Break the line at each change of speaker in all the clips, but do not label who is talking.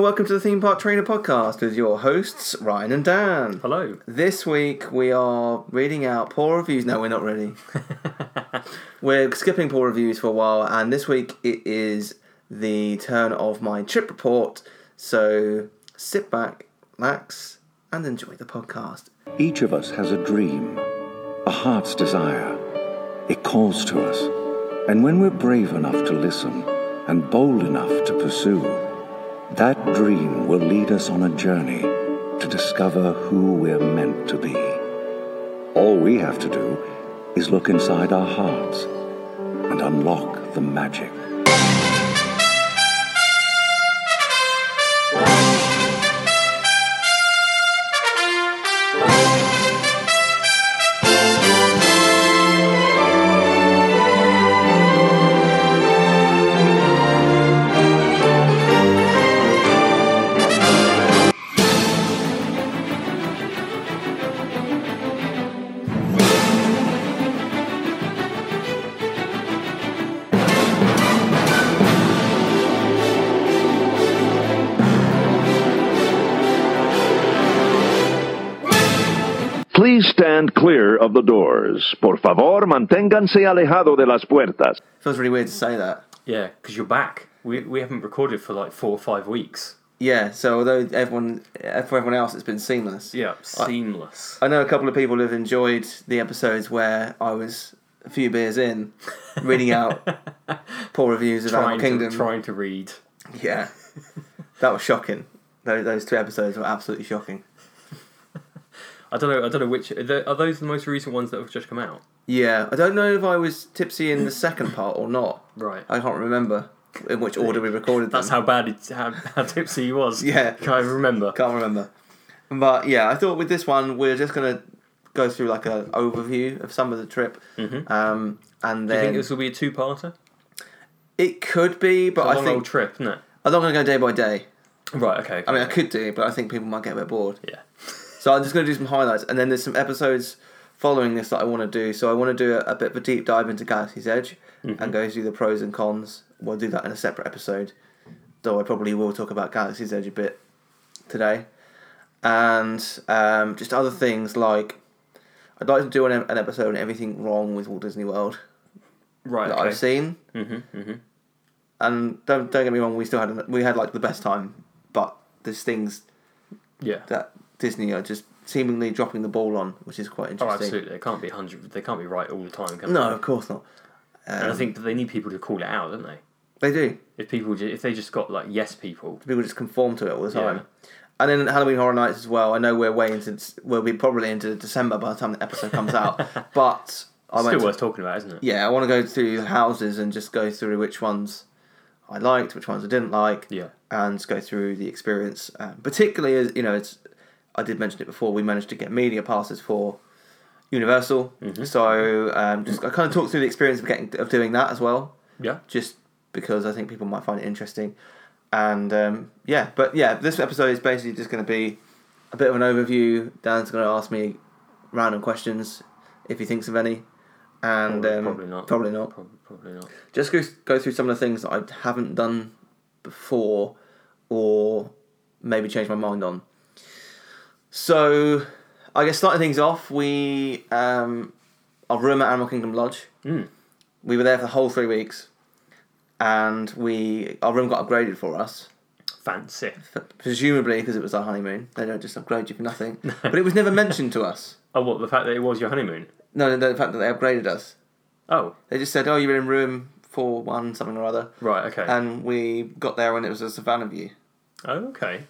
Welcome to the Theme Park Trainer Podcast with your hosts, Ryan and Dan.
Hello.
This week we are reading out poor reviews. No, we're not really. we're skipping poor reviews for a while, and this week it is the turn of my trip report. So sit back, relax, and enjoy the podcast.
Each of us has a dream, a heart's desire. It calls to us. And when we're brave enough to listen and bold enough to pursue, that dream will lead us on a journey to discover who we're meant to be. All we have to do is look inside our hearts and unlock the magic.
Please stand clear of the doors. Por favor, manténganse alejado de las puertas.
Feels really weird to say that.
Yeah, because you're back. We, we haven't recorded for like four or five weeks.
Yeah, so although everyone, for everyone else, it's been seamless.
Yeah, seamless.
I know a couple of people have enjoyed the episodes where I was a few beers in, reading out poor reviews of Animal
trying,
Kingdom.
to, trying to read.
Yeah, that was shocking. Those, those two episodes were absolutely shocking.
I don't know. I don't know which are, the- are those the most recent ones that have just come out.
Yeah, I don't know if I was tipsy in the second part or not.
Right.
I can't remember in which order we recorded them.
That's how bad it, how, how tipsy he was.
Yeah.
can't even remember.
Can't remember. But yeah, I thought with this one we're just gonna go through like an overview of some of the trip, um, and
I
then
Mm-hmm. think this will be a two-parter.
it could be, but
A
Oh, I
long
think
old trip, isn't it?
I'm not gonna go day by day.
Right. Okay.
I mean, I could do, but I think people might get a bit bored.
yeah.
So I'm just going to do some highlights, and then there's some episodes following this that I want to do. So I want to do a, a bit of a deep dive into Galaxy's Edge and go through the pros and cons. We'll do that in a separate episode, though I probably will talk about Galaxy's Edge a bit today, and um, just other things like I'd like to do an, an episode on everything wrong with Walt Disney World
Right.
that
Okay.
I've seen. Mm-hmm, And don't don't get me wrong, we still had we had like the best time, but there's things
Yeah.
that Disney are just seemingly dropping the ball on, which is quite
Oh,
interesting.
absolutely. They can't be hundred. They can't be right all the time. Can
No, of course not. Um,
They? And I think that they need people to call it out, don't they?
They do.
If people, ju- if they just got like yes people,
People just conform to it all the time.
Yeah.
And then Halloween Horror Nights as well. I know we're way into, we'll be probably into December by the time the episode comes out. but I
still
went, to,
worth talking about, isn't it?
yeah, I want to go through the houses and just go through which ones I liked, which ones I didn't like,
Yeah.
and just go through the experience. Uh, particularly as you know, it's I did mention it before. We managed to get media passes for Universal,
Mm-hmm.
so um, just I kind of talked through the experience of getting of doing that as well,
Yeah.
just because I think people might find it interesting. And um, yeah, but yeah, this episode is basically just going to be a bit of an overview. Dan's going to ask me random questions if he thinks of any. And
Probably-
um,
probably not.
Probably not
Probably, probably not.
just go, go through some of the things that I haven't done before or maybe change my mind on. So, I guess starting things off, we um, our room at Animal Kingdom Lodge. We were there for the whole three weeks, and we our room got upgraded for us,
Fancy.
presumably because it was our honeymoon. They don't just upgrade you for nothing, but it was never mentioned to us.
Oh, what the fact that it was your honeymoon?
No, the fact that they upgraded us.
Oh,
They just said, "Oh, you're in room four one something or other."
right. Okay.
and we got there and it was a savannah view,
oh, okay.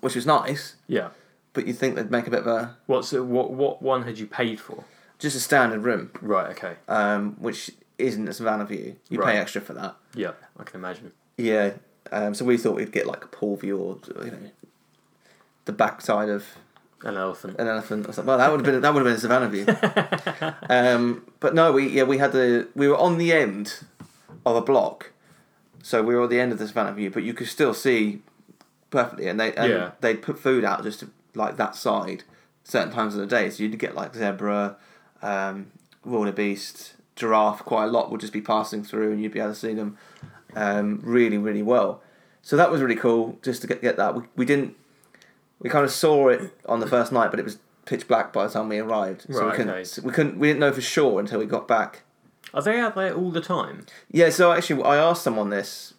which was nice.
Yeah.
But you'd think they'd make a bit of a
What's what? What one had you paid for?
just a standard room,
Right. Okay.
um, which isn't a savannah view. You
Right.
pay extra for that.
yeah, I can imagine.
Yeah. Um, so we thought we'd get like a pool view or you know, the backside of
An elephant.
an elephant or something. Well, that would have been that would have been a savannah view. um, but no, we yeah we had the we were on the end of a block, so we were at the end of the savannah view, but you could still see perfectly, and they and
Yeah.
they'd put food out just to, like that side certain times of the day, so you'd get like zebra, um, wildebeest, giraffe. Quite a lot would just be passing through, and you'd be able to see them um, really really well. So that was really cool just to get, get that. We, we didn't, we kind of saw it on the first night, but it was pitch black by the time we arrived. So we
Right,
couldn't,
okay.
so we couldn't, we didn't know for sure until we got back.
Are they out there all the time?
Yeah, so actually, I asked someone this.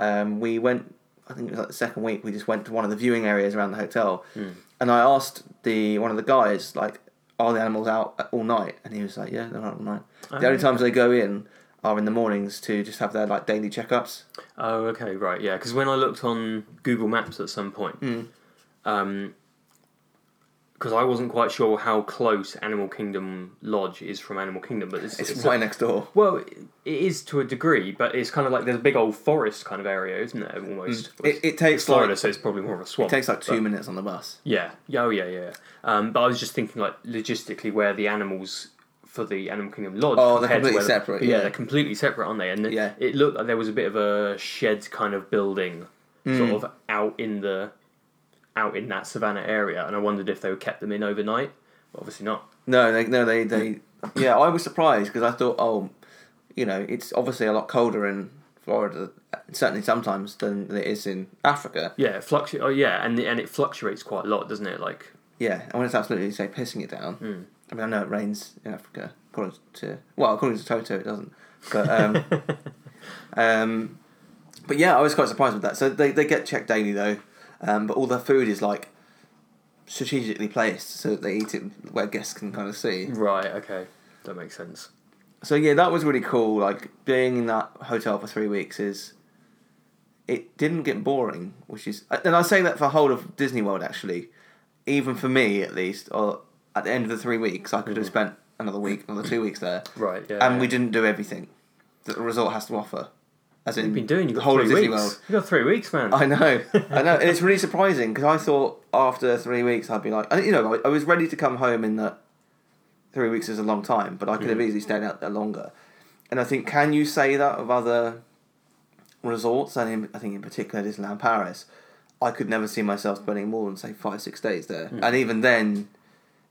Um, we went, I think it was like the second week. We just went to one of the viewing areas around the hotel,
Hmm.
and I asked the one of the guys like, "Are the animals out all night?" And he was like, "Yeah, they're out all night. the
Oh,
only times they go in are in the mornings to just have their like daily checkups."
Oh, okay, right, yeah. Because when I looked on Google Maps at some point, because I wasn't quite sure how close Animal Kingdom Lodge is from Animal Kingdom, but it's,
It's,
it's
right next door.
well, it is to a degree, but it's kind of like there's a big old forest kind of area, isn't there? Almost.
Mm. It, it takes
Florida,
like
so it's probably more of a swamp.
it takes like two minutes on the bus.
Yeah. Yeah, Oh, yeah, yeah. Um, but I was just thinking, like, logistically, where the animals for the Animal Kingdom Lodge.
Oh, they're
compared to
completely
where the-
separate,
Yeah,
yeah.
they're completely separate, aren't they? And the-
Yeah.
it looked like there was a bit of a shed kind of building,
Mm.
sort of out in the, out in that savannah area, and I wondered if they would kept them in overnight. But obviously not.
No, they no they they yeah. I was surprised because I thought, oh, you know, it's obviously a lot colder in Florida, certainly sometimes than it is in Africa.
Yeah, it fluctu- Oh, yeah, and the, and it fluctuates quite a lot, doesn't it? Like,
Yeah, and when it's absolutely say pissing it down. I mean, I know it rains in Africa, according to well, according to Toto, it doesn't. But um, um, but yeah, I was quite surprised with that. So they, they get checked daily though, um, but all their food is like strategically placed so that they eat it where guests can kind of see.
right, okay, that makes sense.
So yeah, that was really cool. Like being in that hotel for three weeks is. It didn't get boring, which is, and I say that for whole of Disney World actually, even for me at least, or at the end of the three weeks, I could have spent another week, another two weeks there,
Mm-hmm. Right, yeah.
and we
yeah.
didn't do everything that the resort has to offer. As in,
You've been doing. You've
the
got
whole of
three
Disney
weeks.
World.
You've got three weeks, man.
I know, I know, and it's really surprising because I thought after three weeks I'd be like, I, you know, I, I was ready to come home in that three weeks is a long time, but I could have
Mm.
easily stayed out there longer. And I think, can you say that of other resorts? And in, I think in particular Disneyland Paris, I could never see myself spending more than say five, six days there.
Mm.
And even then,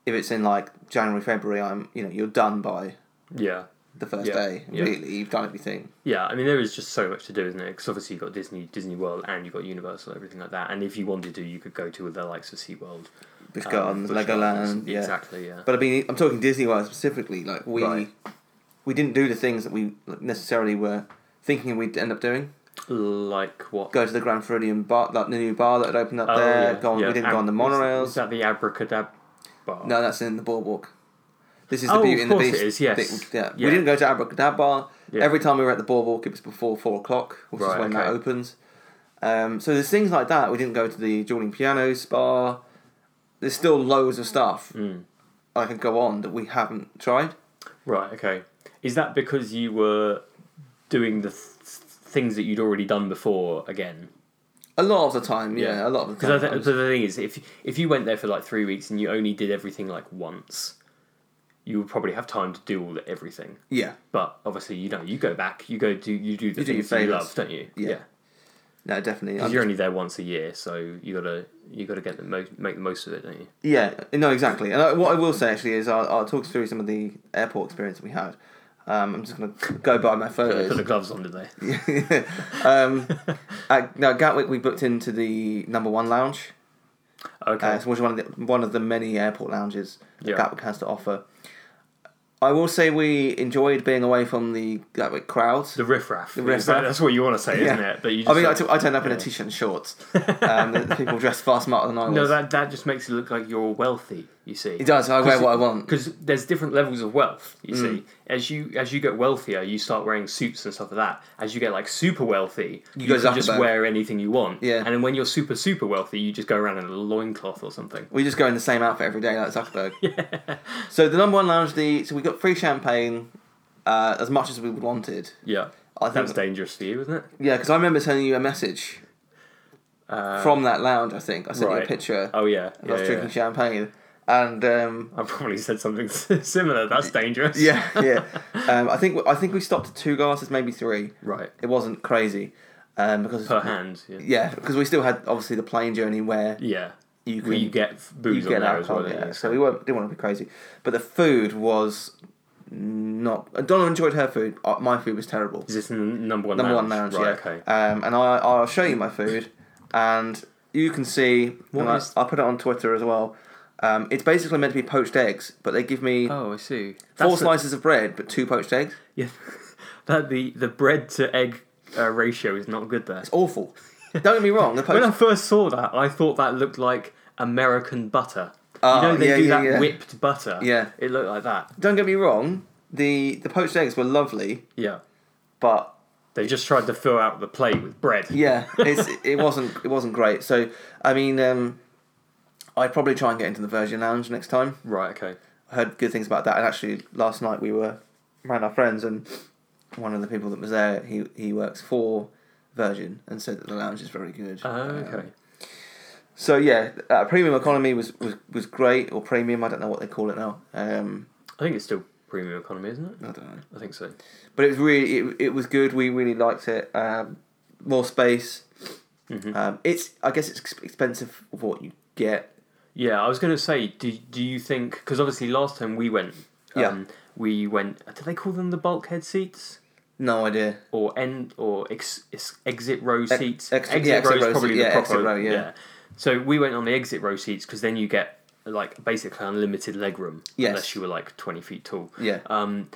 if it's in like January, February, I'm, you know, you're done by
Yeah.
the first
Yeah,
day.
yeah.
Really, you've done everything.
Yeah, I mean there is just so much to do, isn't it? Because obviously you've got Disney, Disney World, and you've got Universal, everything like that. And if you wanted to, you could go to the likes of SeaWorld,
Busch
um,
Gardens,
Busch
Legoland,
Gardens.
yeah.
exactly. Yeah,
But I mean, I'm talking Disney World specifically. Like we,
Right.
we didn't do the things that we necessarily were thinking we'd end up doing.
like what?
Go to the Grand Floridian bar, like the new bar that had opened up
Oh,
there.
yeah,
Go on,
yeah.
we didn't go
Ab-
on the
is-
monorails.
Is that the Abracadabra?
no, that's in the boardwalk. This is
Oh,
the
of
Beauty and the
course it
Beast.
is, yes.
bit- yeah.
Yeah.
we didn't go to Abracadabra.
Yeah.
Every time we were at the boardwalk, it was before four o'clock, which is
Right,
when that
okay.
opens. Um, so there's things like that. We didn't go to the dueling pianos bar. There's still loads of stuff
Hmm.
I could go on that we haven't tried.
Right. Okay. Is that because you were doing the th- things that you'd already done before again?
A lot of the time, yeah, a lot of the time.
Because I think so the thing is, if if you went there for like three weeks and you only did everything like once, you would probably have time to do all the, everything.
yeah,
But obviously, you know, you go back, you go do you do the
You do your
things that you
favourites.
love, don't you?
Yeah. no, definitely. I'm
because you're
just-
only there once a year, so you gotta you gotta get the mo- make the most of it, don't you?
yeah, no, exactly. And I, what I will say actually is, I'll, I'll talk through some of the airport experience we had. Um, I'm just gonna go by my
They put the
photos.
gloves on, did they?
um, at, now Gatwick, we booked into the number one lounge,
Okay.
uh, so which is one of the one of the many airport lounges that
Yeah.
Gatwick has to offer. I will say we enjoyed being away from the Gatwick crowds.
the riffraff. The
riffraff.
That's what you want to say, isn't it? But you just
I mean, I
like-
took- I turned up in a t-shirt and shorts. Um, the- the people dressed far smarter than I was.
no, that that just makes it look like you're wealthy. You see,
It does. I wear what I want. Mm.
because there's different levels of wealth. You see, as you as you get wealthier, you start wearing suits and stuff like that. As you get like super wealthy, you,
go
can just
Zuckerberg.
wear anything you want.
Yeah.
And then when you're super super wealthy, you just go around in a loincloth or something.
We just go in the same outfit every day, like Zuckerberg. So the number one lounge, the so we got free champagne, uh, as much as we wanted.
Yeah.
I think,
That's dangerous for you, isn't it?
yeah, because I remember sending you a message from that lounge. I think I sent you a
Uh, right.
picture.
Oh yeah,
and
yeah,
I was
yeah,
drinking
yeah.
champagne, and um,
I probably said something similar. That's dangerous.
yeah, yeah. um, I think I think we stopped at two glasses, maybe three.
Right.
It wasn't crazy, um, because
Per hand. Yeah.
yeah, because we still had obviously the plane journey where
Yeah.
you
Where
can-
you get f- booze
you get
on there as
alcohol,
well. don't
yeah.
you?
So we weren't, didn't want to be crazy, but the food was not. uh, Donna enjoyed her food. Uh, My food was terrible.
Is this n- number one?
Number one
lounge?
lounge,
Right.
yeah.
Okay.
Um, and I, I'll show you my food, and you can see. and I-
is-
I, put it on Twitter as well. Um, it's basically meant to be poached eggs, but they give me four
Oh, I see. That's the-
slices of bread, but two poached eggs.
Yeah. that the the bread to egg uh, ratio is not good there.
It's awful. Don't get me wrong. The
When I
poached,
first saw that, I thought that looked like American butter.
Oh,
you know they
yeah,
do
yeah,
that
yeah.
whipped butter.
Yeah.
It looked like that.
don't get me wrong. The the poached eggs were lovely,
Yeah.
but
They just tried to fill out the plate with bread.
Yeah, it's, it wasn't it wasn't great. So I mean, um, I'd probably try and get into the Virgin Lounge next time.
Right. Okay.
I heard good things about that, and actually last night we were around our friends, and one of the people that was there, he he works for Virgin, and said that the lounge is very good.
Oh,
Um,
okay.
so yeah, uh, premium economy was, was was great, or premium, I don't know what they call it now. Um,
I think it's still premium economy, isn't it?
I don't know.
I think so.
but it was really it, it was good. We really liked it. Um, more space.
Mm-hmm.
Um, it's I guess it's ex- expensive for what you get.
Yeah, I was going to say, do do you think? Because obviously last time we went, um,
Yeah.
we went. Do they call them the bulkhead seats
No idea.
or end or ex, ex, exit row seats?
ex- yeah, exit
row is
row seat, yeah, exit row, yeah.
So we went on the exit row seats because then you get like basically unlimited legroom
Yes.
unless you were like twenty feet tall.
Yeah.
Um,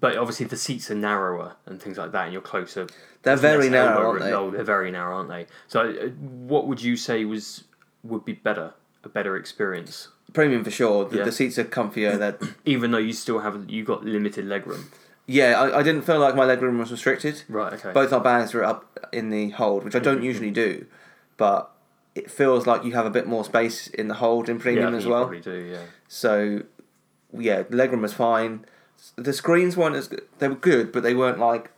but obviously the seats are narrower and things like that, and you're closer.
They're
to the
very
next
narrow,
elbow
aren't
room.
they?
No, they're very narrow, aren't they? So, uh, what would you say was would be better, a better experience,
Premium for sure. The,
Yeah.
the seats are comfier. That
even though you still have you got limited legroom?
yeah, I, I didn't feel like my legroom was restricted.
Right. Okay.
Both our bags were up in the hold, which I
Mm-hmm,
don't usually do, but it feels like you have a bit more space in the hold in
yeah, I
premium
think
as
you
well.
Probably do. Yeah.
So yeah, the legroom was fine. The screens weren't as good. they were good, but they weren't like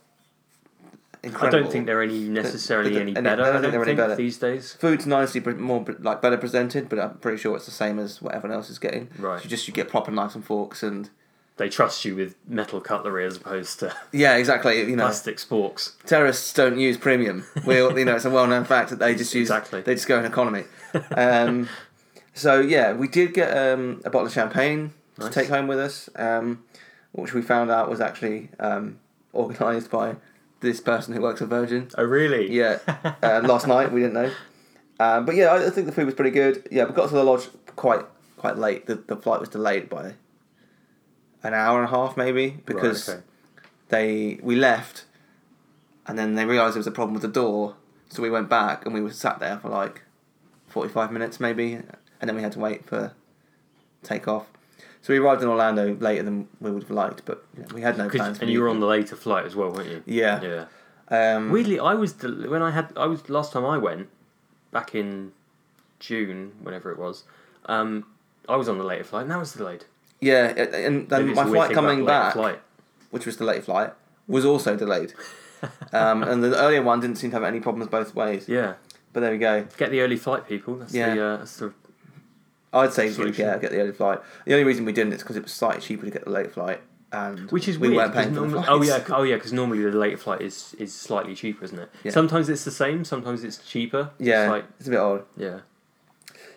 I
incredible.
don't think they're any necessarily
But-
any
and
better. I don't think,
they're any better.
these days.
Food's nicely pre- more pre- like better presented, but I'm pretty sure it's the same as what everyone else is getting.
Right.
So just you get proper knives and forks and
They trust you with metal cutlery as opposed to
yeah, exactly. You know,
plastic sporks.
terrorists don't use premium. We, all- you know, it's a well-known fact that they just use.
Exactly.
They just go in economy. Um, so yeah, we did get um, a bottle of champagne
Nice.
to take home with us, um, which we found out was actually um, organised by this person who works at Virgin.
Oh really?
Yeah, uh, last night we didn't know. Um, but yeah, I I think the food was pretty good. Yeah, we got to the lodge quite quite late. The, the flight was delayed by an hour and a half, maybe,
Right,
because
okay.
they we left and then they realized there was a problem with the door so we went back and we were sat there for like 45 minutes maybe and then we had to wait for takeoff so we arrived in orlando later than we would have liked but you know, we had no
'Cause-
plans
and you were on the later flight as well, weren't you?
Yeah.
Yeah.
um,
Weirdly, I was del- when I had I was last time I went back in June, whenever it was. Um, I was on the later flight, and that was delayed.
yeah and- and
Maybe
then
it's a
my
weird
flight
thing about
coming
the later
back
flight.
which was the late flight was also delayed um, and the earlier one didn't seem to have any problems both ways
Yeah,
but there we go
get the early flight, people. That's
Yeah.
the uh, that's the
i'd say yeah,
Solution.
get the early flight the only reason we didn't is because it was slightly cheaper to get the late flight and
which is
we
weird.
weren't paying
'cause
for the
normally-
flights.
oh yeah, c- oh yeah, because normally the later flight is is slightly cheaper, isn't it?
Yeah.
Sometimes it's the same, sometimes it's cheaper. It's
Yeah, it's,
like
a bit odd.
yeah,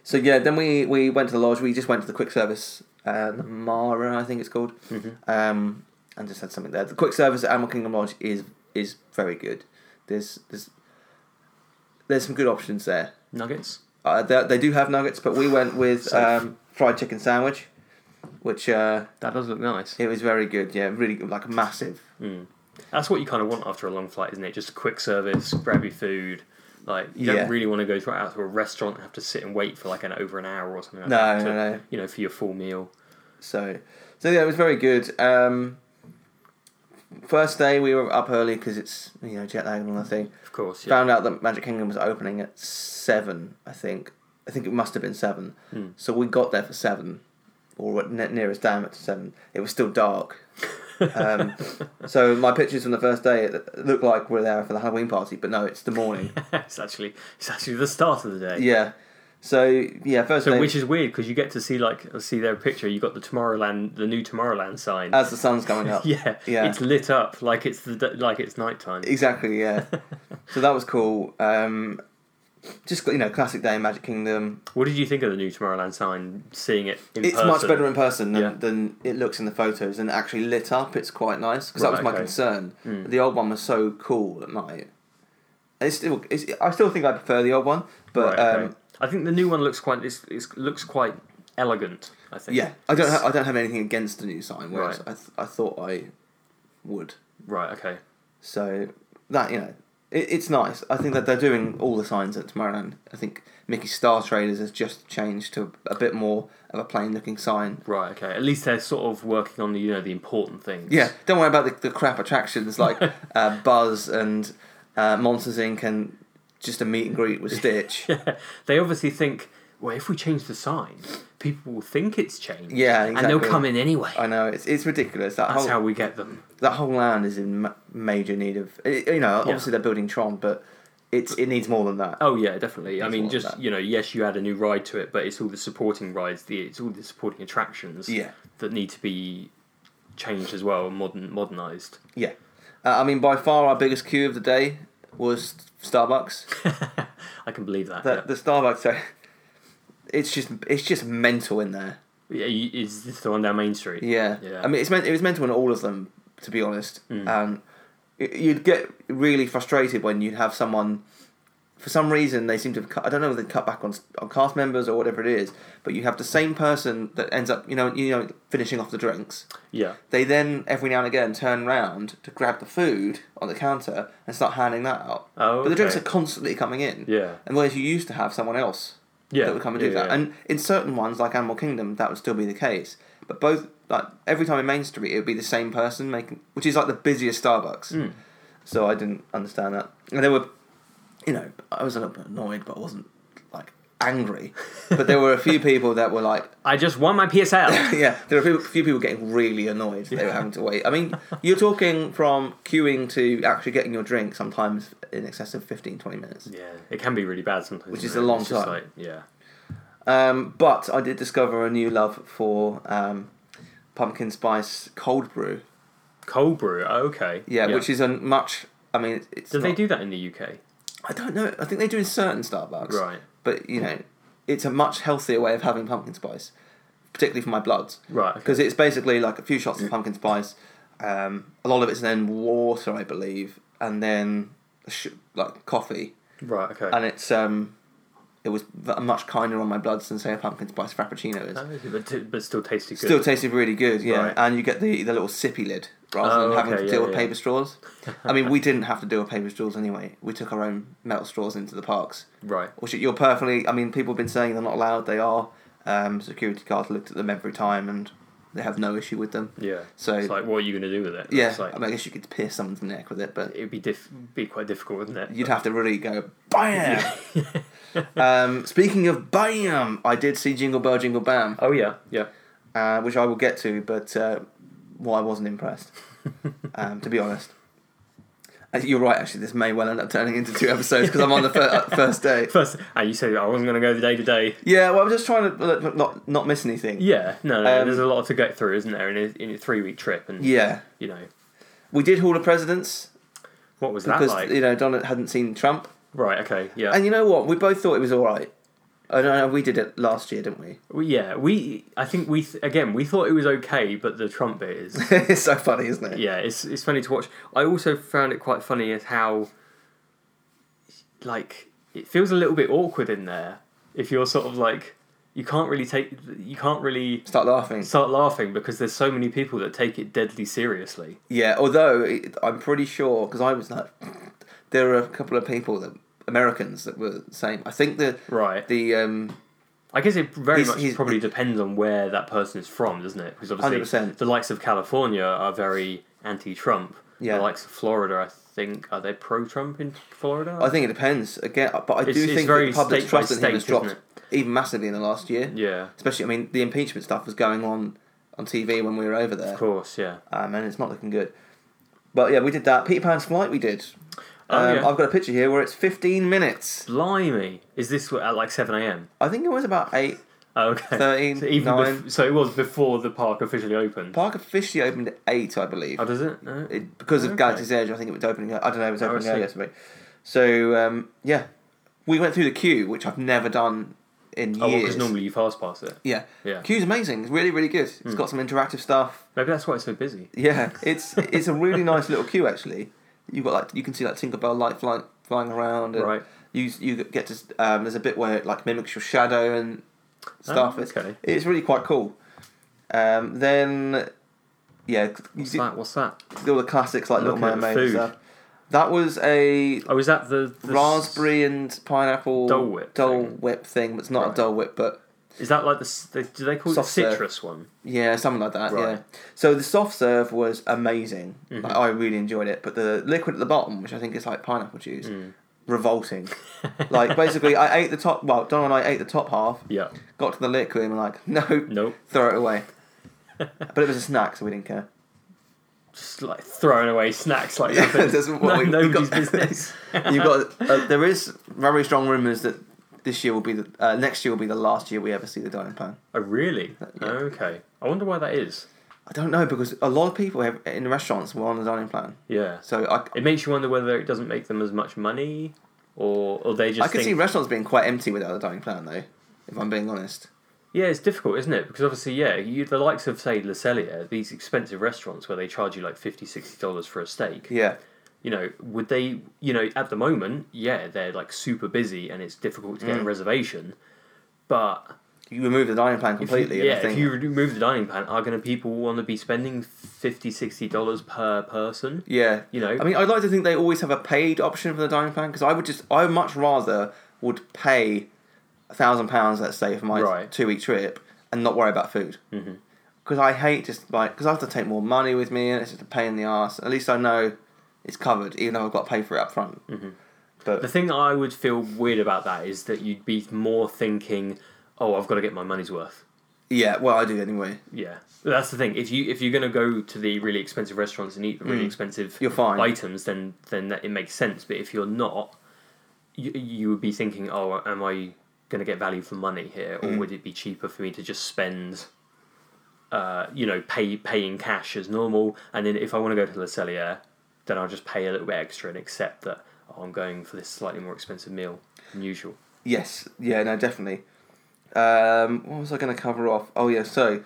So yeah, then we, we went to the lodge. We just went to the quick service, uh, Mara, I think it's called,
Mm-hmm.
um, and just had something there. The quick service at Animal Kingdom Lodge is is very good. There's there's there's some good options there.
nuggets.
Uh, they, they do have nuggets, but we went with
Safe.
um, fried chicken sandwich, which uh,
That does look nice.
it was very good. Yeah, really good, like massive.
That's what you kind of want after a long flight, isn't it? Just a quick service, grab your food. Like you
Yeah.
don't really want to go to out to a restaurant and have to sit and wait for like an over an hour or something. Like
No,
that to,
no, no.
You know, for your full meal.
So, so yeah, it was very good. Um, first day we were up early because it's you know jet lag and all that thing.
Of course, yeah.
Found out that Magic Kingdom was opening at seven. I think. I think it must have been seven.
Hmm.
So we got there for seven, or what- ne- nearest damn it to seven. It was still dark. um, so my pictures from the first day it looked like we're there for the Halloween party, but no, it's the morning.
it's actually it's actually the start of the day.
yeah. So yeah, first
So
day
which is weird because you get to see like see their picture. You got the Tomorrowland, the new Tomorrowland sign.
as the sun's coming up.
yeah,
yeah.
It's lit up like it's the d- like it's nighttime.
Exactly, yeah. so that was cool. Um, just you know, classic day in Magic Kingdom.
What did you think of the new Tomorrowland sign? Seeing it, in
It's
person?
much better in person than,
Yeah.
than it looks in the photos, and actually lit up. It's quite nice because that was
Right,
my
okay. Hmm.
concern. The old one was so cool at night. It's still, it's, I still think I prefer the old one, but
Right, okay.
um,
I think the new one looks quite. It's, it's looks quite elegant. I think.
yeah, I don't, ha- I don't have anything against the new sign. Whereas
Right.
I, th- I thought I would.
Right. Okay.
So that you know, it, it's nice. I think that they're doing all the signs at Tomorrowland. I think Mickey Star Traders has just changed to a bit more of a plain looking sign.
Right. Okay. At least they're sort of working on the you know the important things.
Yeah, don't worry about the, the crap attractions like uh, Buzz and uh, Monsters Inc. and just a meet and greet with Stitch.
they obviously think, well, if we change the sign, people will think it's changed.
Yeah,
And
exactly.
they'll come in anyway.
I know it's it's ridiculous. That
That's
whole
how we get them.
that whole land is in ma- major need of it, you know. Obviously, they're building Tron, but it's it needs more than that.
Oh yeah, definitely. I mean,
more of
just
that.
you know, yes, you add a new ride to it, but it's all the supporting rides, the it's all the supporting attractions
Yeah.
that need to be changed as well, and modern modernized.
Yeah, uh, I mean, by far our biggest queue of the day was Starbucks.
I can believe that.
the, the Starbucks. Sorry. It's just it's just mental in there.
yeah. Yeah, you- is this the one down Main Street?
Yeah.
Yeah. Mm.
I mean, it's meant it was mental in all of them, to be honest. Um, y- you'd get really frustrated when you'd have someone. For some reason, they seem to have cut. I don't know if they cut back on s- on cast members or whatever it is, but you have the same person that ends up, you know, you know, finishing off the drinks.
yeah.
They then every now and again turn round to grab the food on the counter and start handing that out.
Oh,
But the drinks are
okay.
constantly coming in.
Yeah.
And whereas you used to have someone else
Yeah,
that would come and do
yeah,
that.
yeah.
And in certain ones, like Animal Kingdom, that would still be the case. But both, like every time in Main Street, it would be the same person making, which is like the busiest Starbucks.
Hmm.
So I didn't understand that. And there were, you know, I was a little bit annoyed, but I wasn't like angry. But there were a few people that were like,
I just won my PSL.
yeah, there were people, few people getting really annoyed that they were having to wait. I mean, you're talking from queuing to actually getting your drink sometimes in excess of 15, 20 minutes.
yeah, it can be really bad sometimes.
Which
isn't
is a
it?
long
It's just
time.
like- yeah.
Um, but I did discover a new love for um, pumpkin spice cold brew.
Cold brew. oh, Okay.
Yeah, which is a much. I mean, it's- it's.
Do they
not-
do that in the UK?
I don't know. I think they do in certain Starbucks.
Right.
But you know, it's a much healthier way of having pumpkin spice, particularly for my bloods.
Right, okay.
Because it's basically like a few shots of pumpkin spice. Um, a lot of it's then water, I believe, and then sh- like coffee,
Right. Okay.
and it's um, it was v- much kinder on my bloods than say a pumpkin spice frappuccino is.
Oh, but, t- but still tasty good.
Still tasted really good, yeah.
Right.
And you get the, the little sippy lid rather
Oh,
than having
okay,
to
yeah,
deal with
yeah.
paper straws. I mean, we didn't have to deal with paper straws anyway. We took our own metal straws into the parks.
Right.
Which you're perfectly. I mean, people have been saying they're not allowed. They are. Um, security guards looked at them every time, and they have no issue with them.
Yeah.
So-
it's like, what are you going to do with it?
Yeah.
It's like,
I, mean, I guess you could pierce someone's neck with it, but
it'd be diff- be quite difficult, wouldn't it?
you'd have to really go bam. um, speaking of bam, I did see Jingle Bell Jingle Bam,
Oh yeah, yeah.
uh, which I will get to, but uh, well, I wasn't impressed. um, to be honest. Uh, You're right, actually. This may well end up turning into two episodes because I'm on the fir- uh, first day.
First, and you said I wasn't going to go the day to day.
Yeah, well, I'm just trying to uh, not not miss anything.
Yeah, no, no,
Um,
there's a lot to get through, isn't there? In a, in a three week trip, and
Yeah.
you know,
We did Hall of Presidents
what was that
because
like?
you know Donna hadn't seen Trump,
right, okay, yeah,
and you know what? We both thought it was all right. I don't know. We did it last year, didn't we?
we, yeah, we. I think we th- again we thought it was okay, but the Trump bit is
it's so funny, isn't it?
yeah, it's it's funny to watch. I also found it quite funny is how like it feels a little bit awkward in there if you're sort of like you can't really take you can't really
Start laughing.
start laughing because there's so many people that take it deadly seriously.
Yeah. Although it, I'm pretty sure because I was like, there were a couple of people that Americans that were saying. I think the
Right.
the um
I guess it very
He's-
much
he's-
probably depends on where that person is from, doesn't it? Because obviously
100%.
the likes of California are very anti-Trump.
Yeah.
The likes of Florida, I think, are they pro-Trump in Florida?
I think it depends again, but I do
It's- it's
think
very
that the public
state by
trust in him has
state, isn't
dropped even massively in the last year.
yeah.
Especially, I mean, the impeachment stuff was going on on TV when we were over there,
Of course, yeah.
um, and it's not looking good. But yeah, we did that. Peter Pan's flight, we did.
Oh,
Um,
yeah.
I've got a picture here where it's 15 minutes.
Blimey, is this at like seven a.m.?
I think it was about eight.
Okay.
13,
so, even
nine.
bef- so it was before the park officially opened.
Park officially opened at eight, I believe.
oh, does it? No.
It, because of
Okay. Oh,
Galaxy's Edge, I think it was opening. I don't know, it was
I
opening
see.
earlier. something. So um, yeah, we went through the queue, which I've never done in
Oh,
years.
because normally you fast past it.
yeah.
Yeah. Hmm.
queue's amazing. It's really, really good. It's got some interactive stuff.
Maybe that's why it's so busy.
Yeah, it's it's a really nice little queue actually. You got like you can see like Tinkerbell light flying flying around. And
Right.
You you get to um, there's a bit where it like mimics your shadow and stuff. It's-
Oh, okay.
It's, really quite cool. Um, then yeah, you
What's
see
that? What's that?
all the classics like Little
Looking at the
Mermaid and
food.
stuff. That was a
Oh, is that the, the s-
raspberry and pineapple
Dole Whip
Dole
thing.
Whip thing, but it's not a
Right.
Dole Whip, but
Is that like the? s- the do they call
Soft
it
serve.
the citrus one?
Yeah, something like that.
Right. Mm-hmm.
Yeah. So the soft serve was amazing. Like, I really enjoyed it, but the liquid at the bottom, which I think is like pineapple juice,
Mm.
revolting. like basically, I ate the top. Well, Don and I ate the top half.
Yeah.
Got to the liquid and we're like, no,
Nope.
throw it away. but it was a snack, so we didn't care.
Just like throwing away snacks like
Yeah,
that. but
that's what
no,
we- we
nobody's
got-
business.
You got uh, there is very strong rumors that this year will be the uh, next year will be the last year we ever see the dining plan.
Oh really? Okay. I wonder why that is.
I don't know because a lot of people have, in restaurants were on the dining plan,
Yeah.
so I,
It makes you wonder whether it doesn't make them as much money, or or they just.
I can
think,
see restaurants being quite empty without a dining plan, though. If I'm being honest.
Yeah, it's difficult, isn't it? Because obviously, yeah, you the likes of say Le Cellier, these expensive restaurants where they charge you like 50 dollars for a steak.
Yeah.
You know, would they? You know, at the moment, yeah, they're like super busy and it's difficult
Mm.
to get a reservation. But
You remove the dining plan
if you-
completely.
yeah,
and I
if
think,
you remove the dining plan, are going to people want to be spending 50 dollars per person?
yeah.
you know-
I mean, I'd like to think they always have a paid option for the dining plan because I would just, I much rather would pay a thousand pounds, let's say, for my
Right. Mm-hmm.
two week trip and not worry about food. Because I hate just like, because I have to take more money with me and it's just a pain in the ass. At least I know it's covered, even though I've got to pay for it up front.
Mm. The thing I would feel weird about that is that you'd be more thinking, "Oh, I've got to get my money's worth."
Yeah, well, I do anyway.
Yeah, that's the thing. If you if you're gonna go to the really expensive restaurants and eat the really expensive
Mm. You're fine.
items, then then that, it makes sense. But if you're not, you, you would be thinking, oh, am I gonna get value for money here,
Mm.
or would it be cheaper for me to just spend, uh, you know, pay paying cash as normal, and then if I want to go to La Cellier, then I'll just pay a little bit extra and accept that oh, I'm going for this slightly more expensive meal than usual.
Yes. Yeah. No. Definitely. Um, what was I going to cover off? Oh yeah. So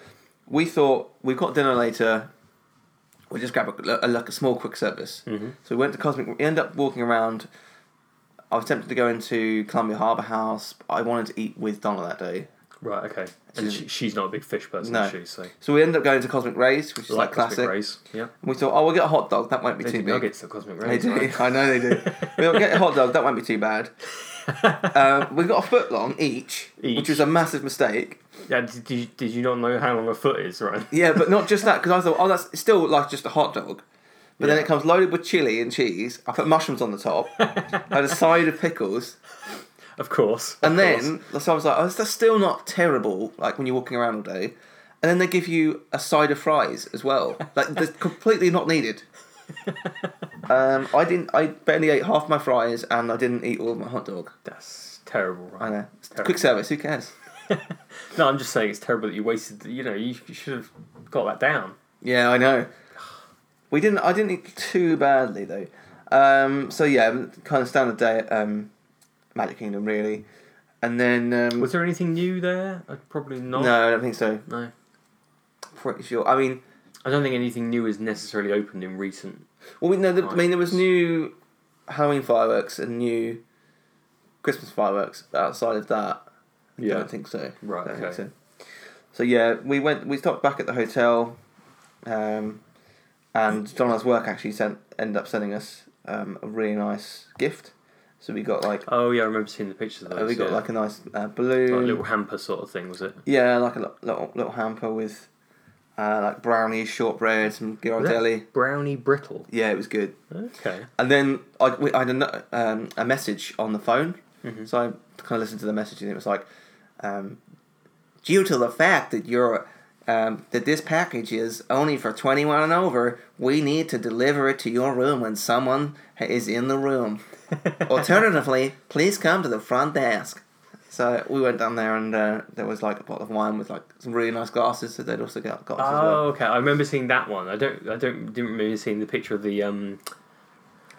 we thought we've got dinner later. We'll just grab a, a, like a small quick service. Mm-hmm. So we went to Cosmic. We ended up walking around. I was tempted to go into Columbia Harbour House. but I wanted to eat with Donna that day,
Right. Okay. And she, she's not a big fish person,
No.
is she? So.
so we ended up going to Cosmic Rays, which is like,
Cosmic
classic.
Rays, Yeah.
We thought, oh, we'll get a hot dog. That won't be
They
too
do
big.
nuggets at Cosmic
They
Rays.
do.
right?
I know they do. we'll get a hot dog. That won't be too bad. uh, we got a foot long each,
Each.
which was a massive mistake.
Yeah, did, did, you, did you not know how long a foot is, right?
Yeah, but not just that, because I thought, oh, that's it's still like just a hot dog. But then it comes loaded with chili and cheese. I put mushrooms on the top. I had a side of pickles.
Of course. of
And
course.
then, so I was like, oh, that's still not terrible, like when you're walking around all day. And then they give you a side of fries as well. Like, they're completely not needed. Um, I didn't. I barely ate half my fries, and I didn't eat all of my hot dog.
That's terrible,
I
right?
know. It's Quick service. Who cares?
No, I'm just saying it's terrible that you wasted, you know, you, you should have got that down.
Yeah, I know. We didn't. I didn't eat too badly though. Um, so yeah, kind of standard day at um, Magic Kingdom really, and then um,
Was there anything new there? Uh, probably not.
no, I don't think so.
No.
Pretty sure. I mean,
I don't think anything new is necessarily opened in recent.
well, we know. that I mean, there was new Halloween fireworks and new Christmas fireworks. But outside of that, I don't think so.
Right,
Don't think
okay.
so. So yeah, we went. We stopped back at the hotel, um, and Donna's work actually sent ended up sending us um, a really nice gift. So we got like
Oh, yeah, I remember seeing the pictures of those.
we got
yeah.
like a nice uh,
Like a
balloon.
little hamper sort of thing, was it?
yeah, like a lo- little little hamper with uh, like brownies, shortbread, some
Was that
Ghirardelli.
Brownie brittle.
Yeah, it was good.
Okay.
And then I, we, I had a, no- um, a message on the phone, so I kind of listened to the message, and it was like, um, due to the fact that you're um, that this package is only for 21 and over, we need to deliver it to your room when someone ha- is in the room. Alternatively, please come to the front desk. So we went down there, and uh, there was like a bottle of wine with like some really nice glasses. So they'd also got glasses. as well.
Oh, okay. I remember seeing that one. I don't. I don't. Didn't remember seeing the picture of the um,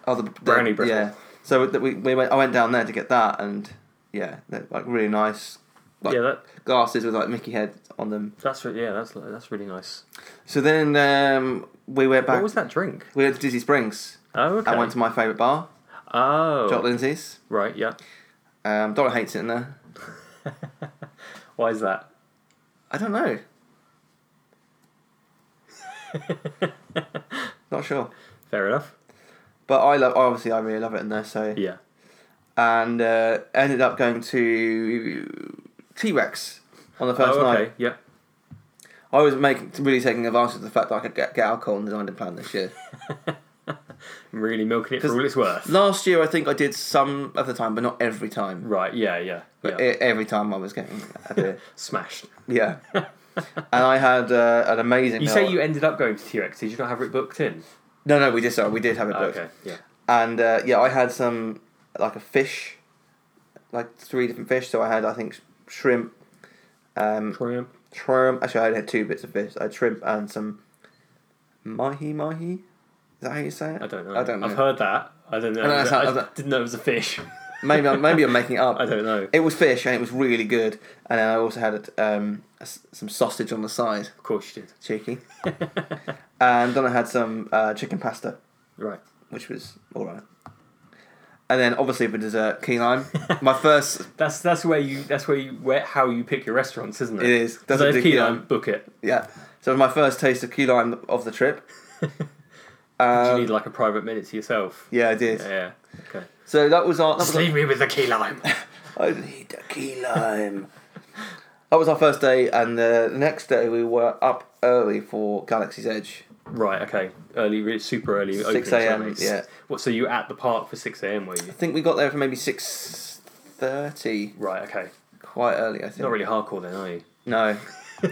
Oh, the, the
Brownie brittle.
Yeah, So that we, we went, I went down there to get that, and yeah, they're like really nice, like
Yeah, that-
glasses with like Mickey head on them.
That's re- yeah, that's that's really nice.
So then um, we went back.
What was that drink?
We went to Dizzy Springs.
Oh, okay.
I went to my favourite bar,
oh,
Jock Lindsay's.
right, yeah.
Um, Donna hates it in there.
Why is that?
I don't know. Not sure.
Fair enough.
But I love, obviously, I really love it in there. So
Yeah.
and uh, ended up going to T Rex on the first
oh, okay.
night.
Yeah.
I was making really taking advantage of the fact that I could get, get alcohol and design a plan this year.
Really milking it for all it's worth.
Last year, I think I did some of the time, but not every time.
Right. Yeah. Yeah. Yeah.
E- Every time I was getting a beer.
Smashed.
yeah. and I had uh, an amazing.
You
meal.
say you ended up going to T Rex. Did you not have it booked in?
No, no, we did. Sorry, we did have it booked.
Ah, Okay. Yeah.
And uh, yeah, I had some like a fish, like three different fish. So I had, I think, shrimp, um,
Triumph.
shrimp. Actually, I had two bits of fish. I had shrimp and some mahi mahi. Is that how you say it?
I don't know.
I don't know.
I've heard that. I don't know.
I know,
I,
it's not- I don't-
didn't know it was a fish.
Maybe I'm, maybe I'm making it up.
I don't know.
It was fish and it was really good. And then I also had um, a s- some sausage on the side,
Of course you did.
cheeky. and then I had some uh, chicken pasta,
Right.
which was all right. And then obviously for dessert, key lime. My first,
That's that's where you that's where you where how you pick your restaurants, isn't it?
It is.
That's
Doesn't
so
do
key
key
lime,
lime.
book it.
yeah. So my first taste of key lime of the trip.
you need like a private minute to yourself.
Um, Yeah, I did.
Yeah. Okay.
So that was our. That was
Just
our
leave me with the key lime.
I need a key lime. that was our first day, and uh, the next day we were up early for Galaxy's Edge.
right. Okay. Early, really super early. 6
6 a.m., yeah.
What? So you were at the park for six a.m. Were you?
I think we got there for maybe six thirty,
Right. Okay.
quite early. I think.
Not really hardcore then, are you?
No.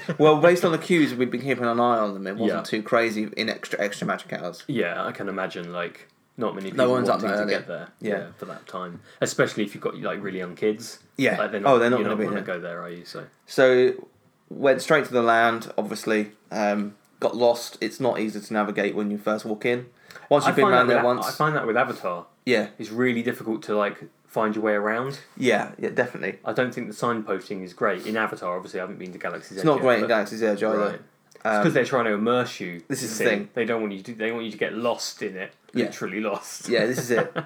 well, based on the cues, we've been keeping an eye on them. It wasn't
Yeah.
too crazy in extra extra magic hours.
Yeah, I can imagine like not many people
one's up
wanting
that
to get
early.
there.
Yeah.
for that time, especially if you've got like really young kids.
Yeah.
like, they're
Oh, they're not
you're
gonna be
gonna
there.
go there, are you? So
So went straight to the land. Obviously, um, got lost. It's not easy to navigate when you first walk in. Once you've been
find that
around there
with,
once,
I find that with Avatar,
yeah,
it's really difficult to like find your way around.
yeah, yeah, definitely.
I don't think the signposting is great in Avatar. Obviously, I haven't been to Galaxy's
It's not great in Galaxy's Edge either.
Right. because they're trying to immerse you.
Um, This
you
is the
see.
thing.
They don't want you to. They want you to get lost in it.
Yeah.
Literally lost.
Yeah, this is it.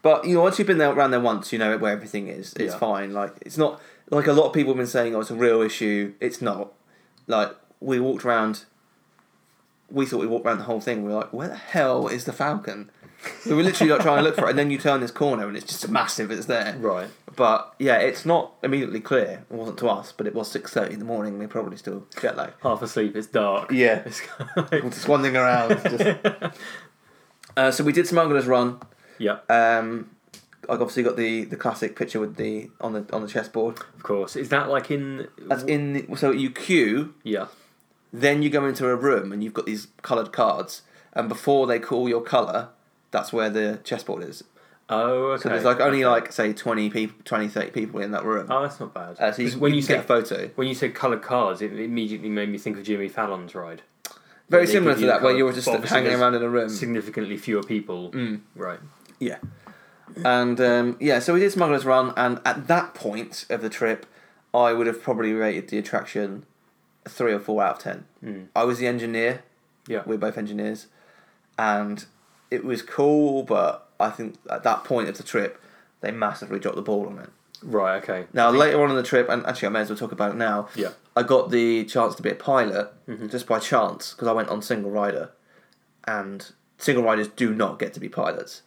but you know, once you've been there around there once, you know where everything is. It's
Yeah.
fine. Like it's not like a lot of people have been saying, "Oh, it's a real issue." It's not. Like we walked around. We thought we walked around the whole thing. We were like, "Where the hell is the Falcon?" We were literally like trying to look for it, and then you turn this corner, and it's just massive. It's there.
Right.
But yeah, it's not immediately clear. It wasn't to us, but it was six thirty in the morning. We're probably still jet lagged.
Half asleep. It's dark.
Yeah.
It's like-
Just wandering around. just- Uh, so we did Smuggler's Run.
yeah.
Um, I've obviously got the, the classic picture with the on the on the chessboard.
of course. Is that like in?
That's
Mm-hmm.
in. The, so you queue,
yeah.
then you go into a room and you've got these coloured cards, and before they call your colour, that's where the chessboard is.
Oh, okay.
So there's like only like say 20 people, 20, 30 people in that room.
Oh, that's not bad.
Uh, so you,
'Cause
when you, can get a photo,
when you said coloured cars, it immediately made me think of Jimmy Fallon's ride.
very
They
similar
give
to
you
that, where
coloured-
you're just
but obviously
hanging
there's
around in a room. Mm.
Significantly fewer people. Right.
Yeah. And um, yeah, so we did Smuggler's Run, and at that point of the trip, I would have probably rated the attraction a three or four out of ten. I was the engineer.
Hmm. Yeah.
We're both engineers, and it was cool, but I think at that point of the trip, they massively dropped the ball on it.
Right. Okay.
Now later on in the trip, and actually I may as well talk about it now.
Yeah. Mm-hmm.
I got the chance to be a pilot just by chance because I went on single rider, and single riders do not get to be pilots.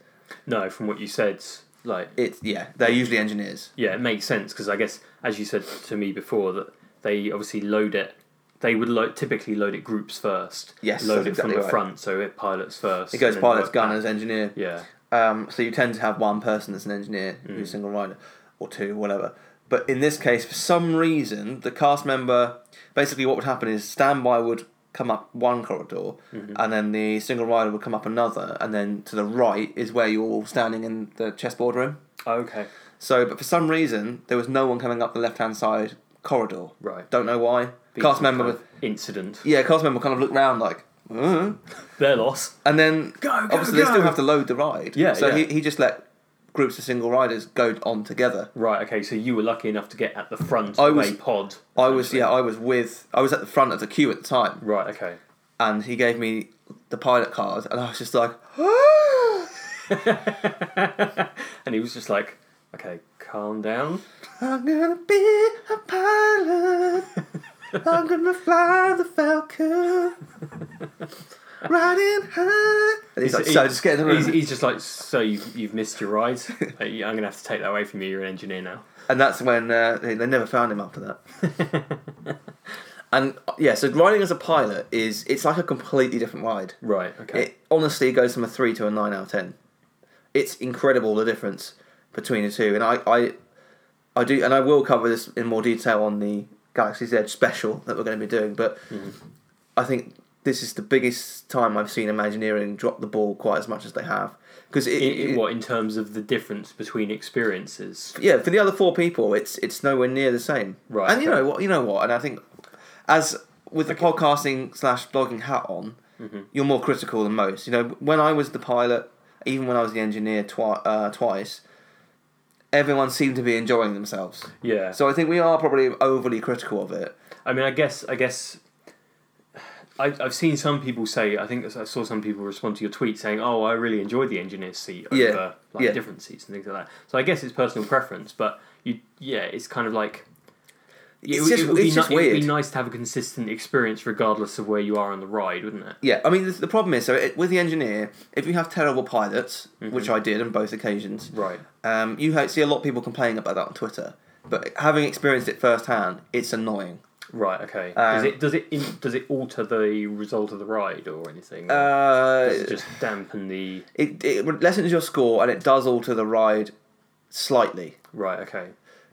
No, from what you said, like
It's yeah, they're usually engineers.
yeah, it makes sense because I guess as you said to me before that they obviously load it. They would lo- typically load it groups first.
Yes,
load
that's
it
exactly
from the
right.
front, so it pilots first.
It goes
and then
pilots,
work back.
gunners, engineer.
Yeah,
Um, so you tend to have one person that's an engineer who's single rider, or two, whatever. But in this case, for some reason, the cast member basically what would happen is standby would come up one corridor, and then the single rider would come up another, and then to the right is where you're all standing in the chessboard room.
Oh, okay,
So, but for some reason, there was no one coming up the left hand side corridor.
Right.
Don't know why. cast member,
Kind
was-
of incident.
yeah, cast member kind of looked round like, "Uh?" "Huh?"
Their loss.
And then
Go, go,
obviously they
go.
still have to load the ride.
Yeah,
So
yeah.
He, he just let groups of single riders go on together.
Right. Okay. So you were lucky enough to get at the front
I
of
was-
a pod.
I was yeah, I was with I was at the front of the queue at the time,
Right. Okay.
and he gave me the pilot card, and I was just like,
And he was just like, "Okay, calm down."
I'm gonna be a pilot. I'm gonna fly the Falcon, riding high. And he's like,
he-
so just get in the room.
He's, he's just like, "So you've, you've missed your ride. Uh, yeah, I'm gonna have to take that away from you. You're an engineer now."
and that's when uh, they, they never found him after that. and uh, yeah, so riding as a pilot is it's like a completely different ride.
Right. Okay.
It honestly goes from a three to a nine out of ten. It's incredible the difference between the two, and I, I, I do, and I will cover this in more detail on the Galaxy's Edge special that we're going to be doing. But I think this is the biggest time I've seen Imagineering drop the ball quite as much as they have because it,
In- in
it-
what in terms of the difference between experiences?
yeah, for the other four people, it's it's nowhere near the same.
Right,
And you
okay.
know what? You know what? And I think as with the podcasting slash blogging hat on,
Mm-hmm.
you're more critical than most. You know, when I was the pilot, even when I was the engineer twi- uh, twice, everyone seemed to be enjoying themselves.
Yeah.
So I think we are probably overly critical of it.
I mean, I guess, I guess, I, I've seen some people say. I think I saw some people respond to your tweet saying, "Oh, I really enjoyed the engineer's seat over
Yeah,
like
yeah.
different seats and things like that." So I guess it's personal preference, but you, yeah, it's kind of like. It,
It's
would-
just-
it would be
it's just
ni- It would
weird.
be nice to have a consistent experience regardless of where you are on the ride, wouldn't it?
Yeah, I mean, the, the problem is, so it, with the engineer, if you have terrible pilots, which I did on both occasions,
Mm-hmm. Right.
Um, you ha- see a lot of people complaining about that on Twitter, but having experienced it firsthand, it's annoying.
Right. Okay. does
Um,
it does it in, does it alter the result of the ride or anything? Or
Uh,
does it just dampen the
it, it lessens your score and it does alter the ride slightly,
right? Okay.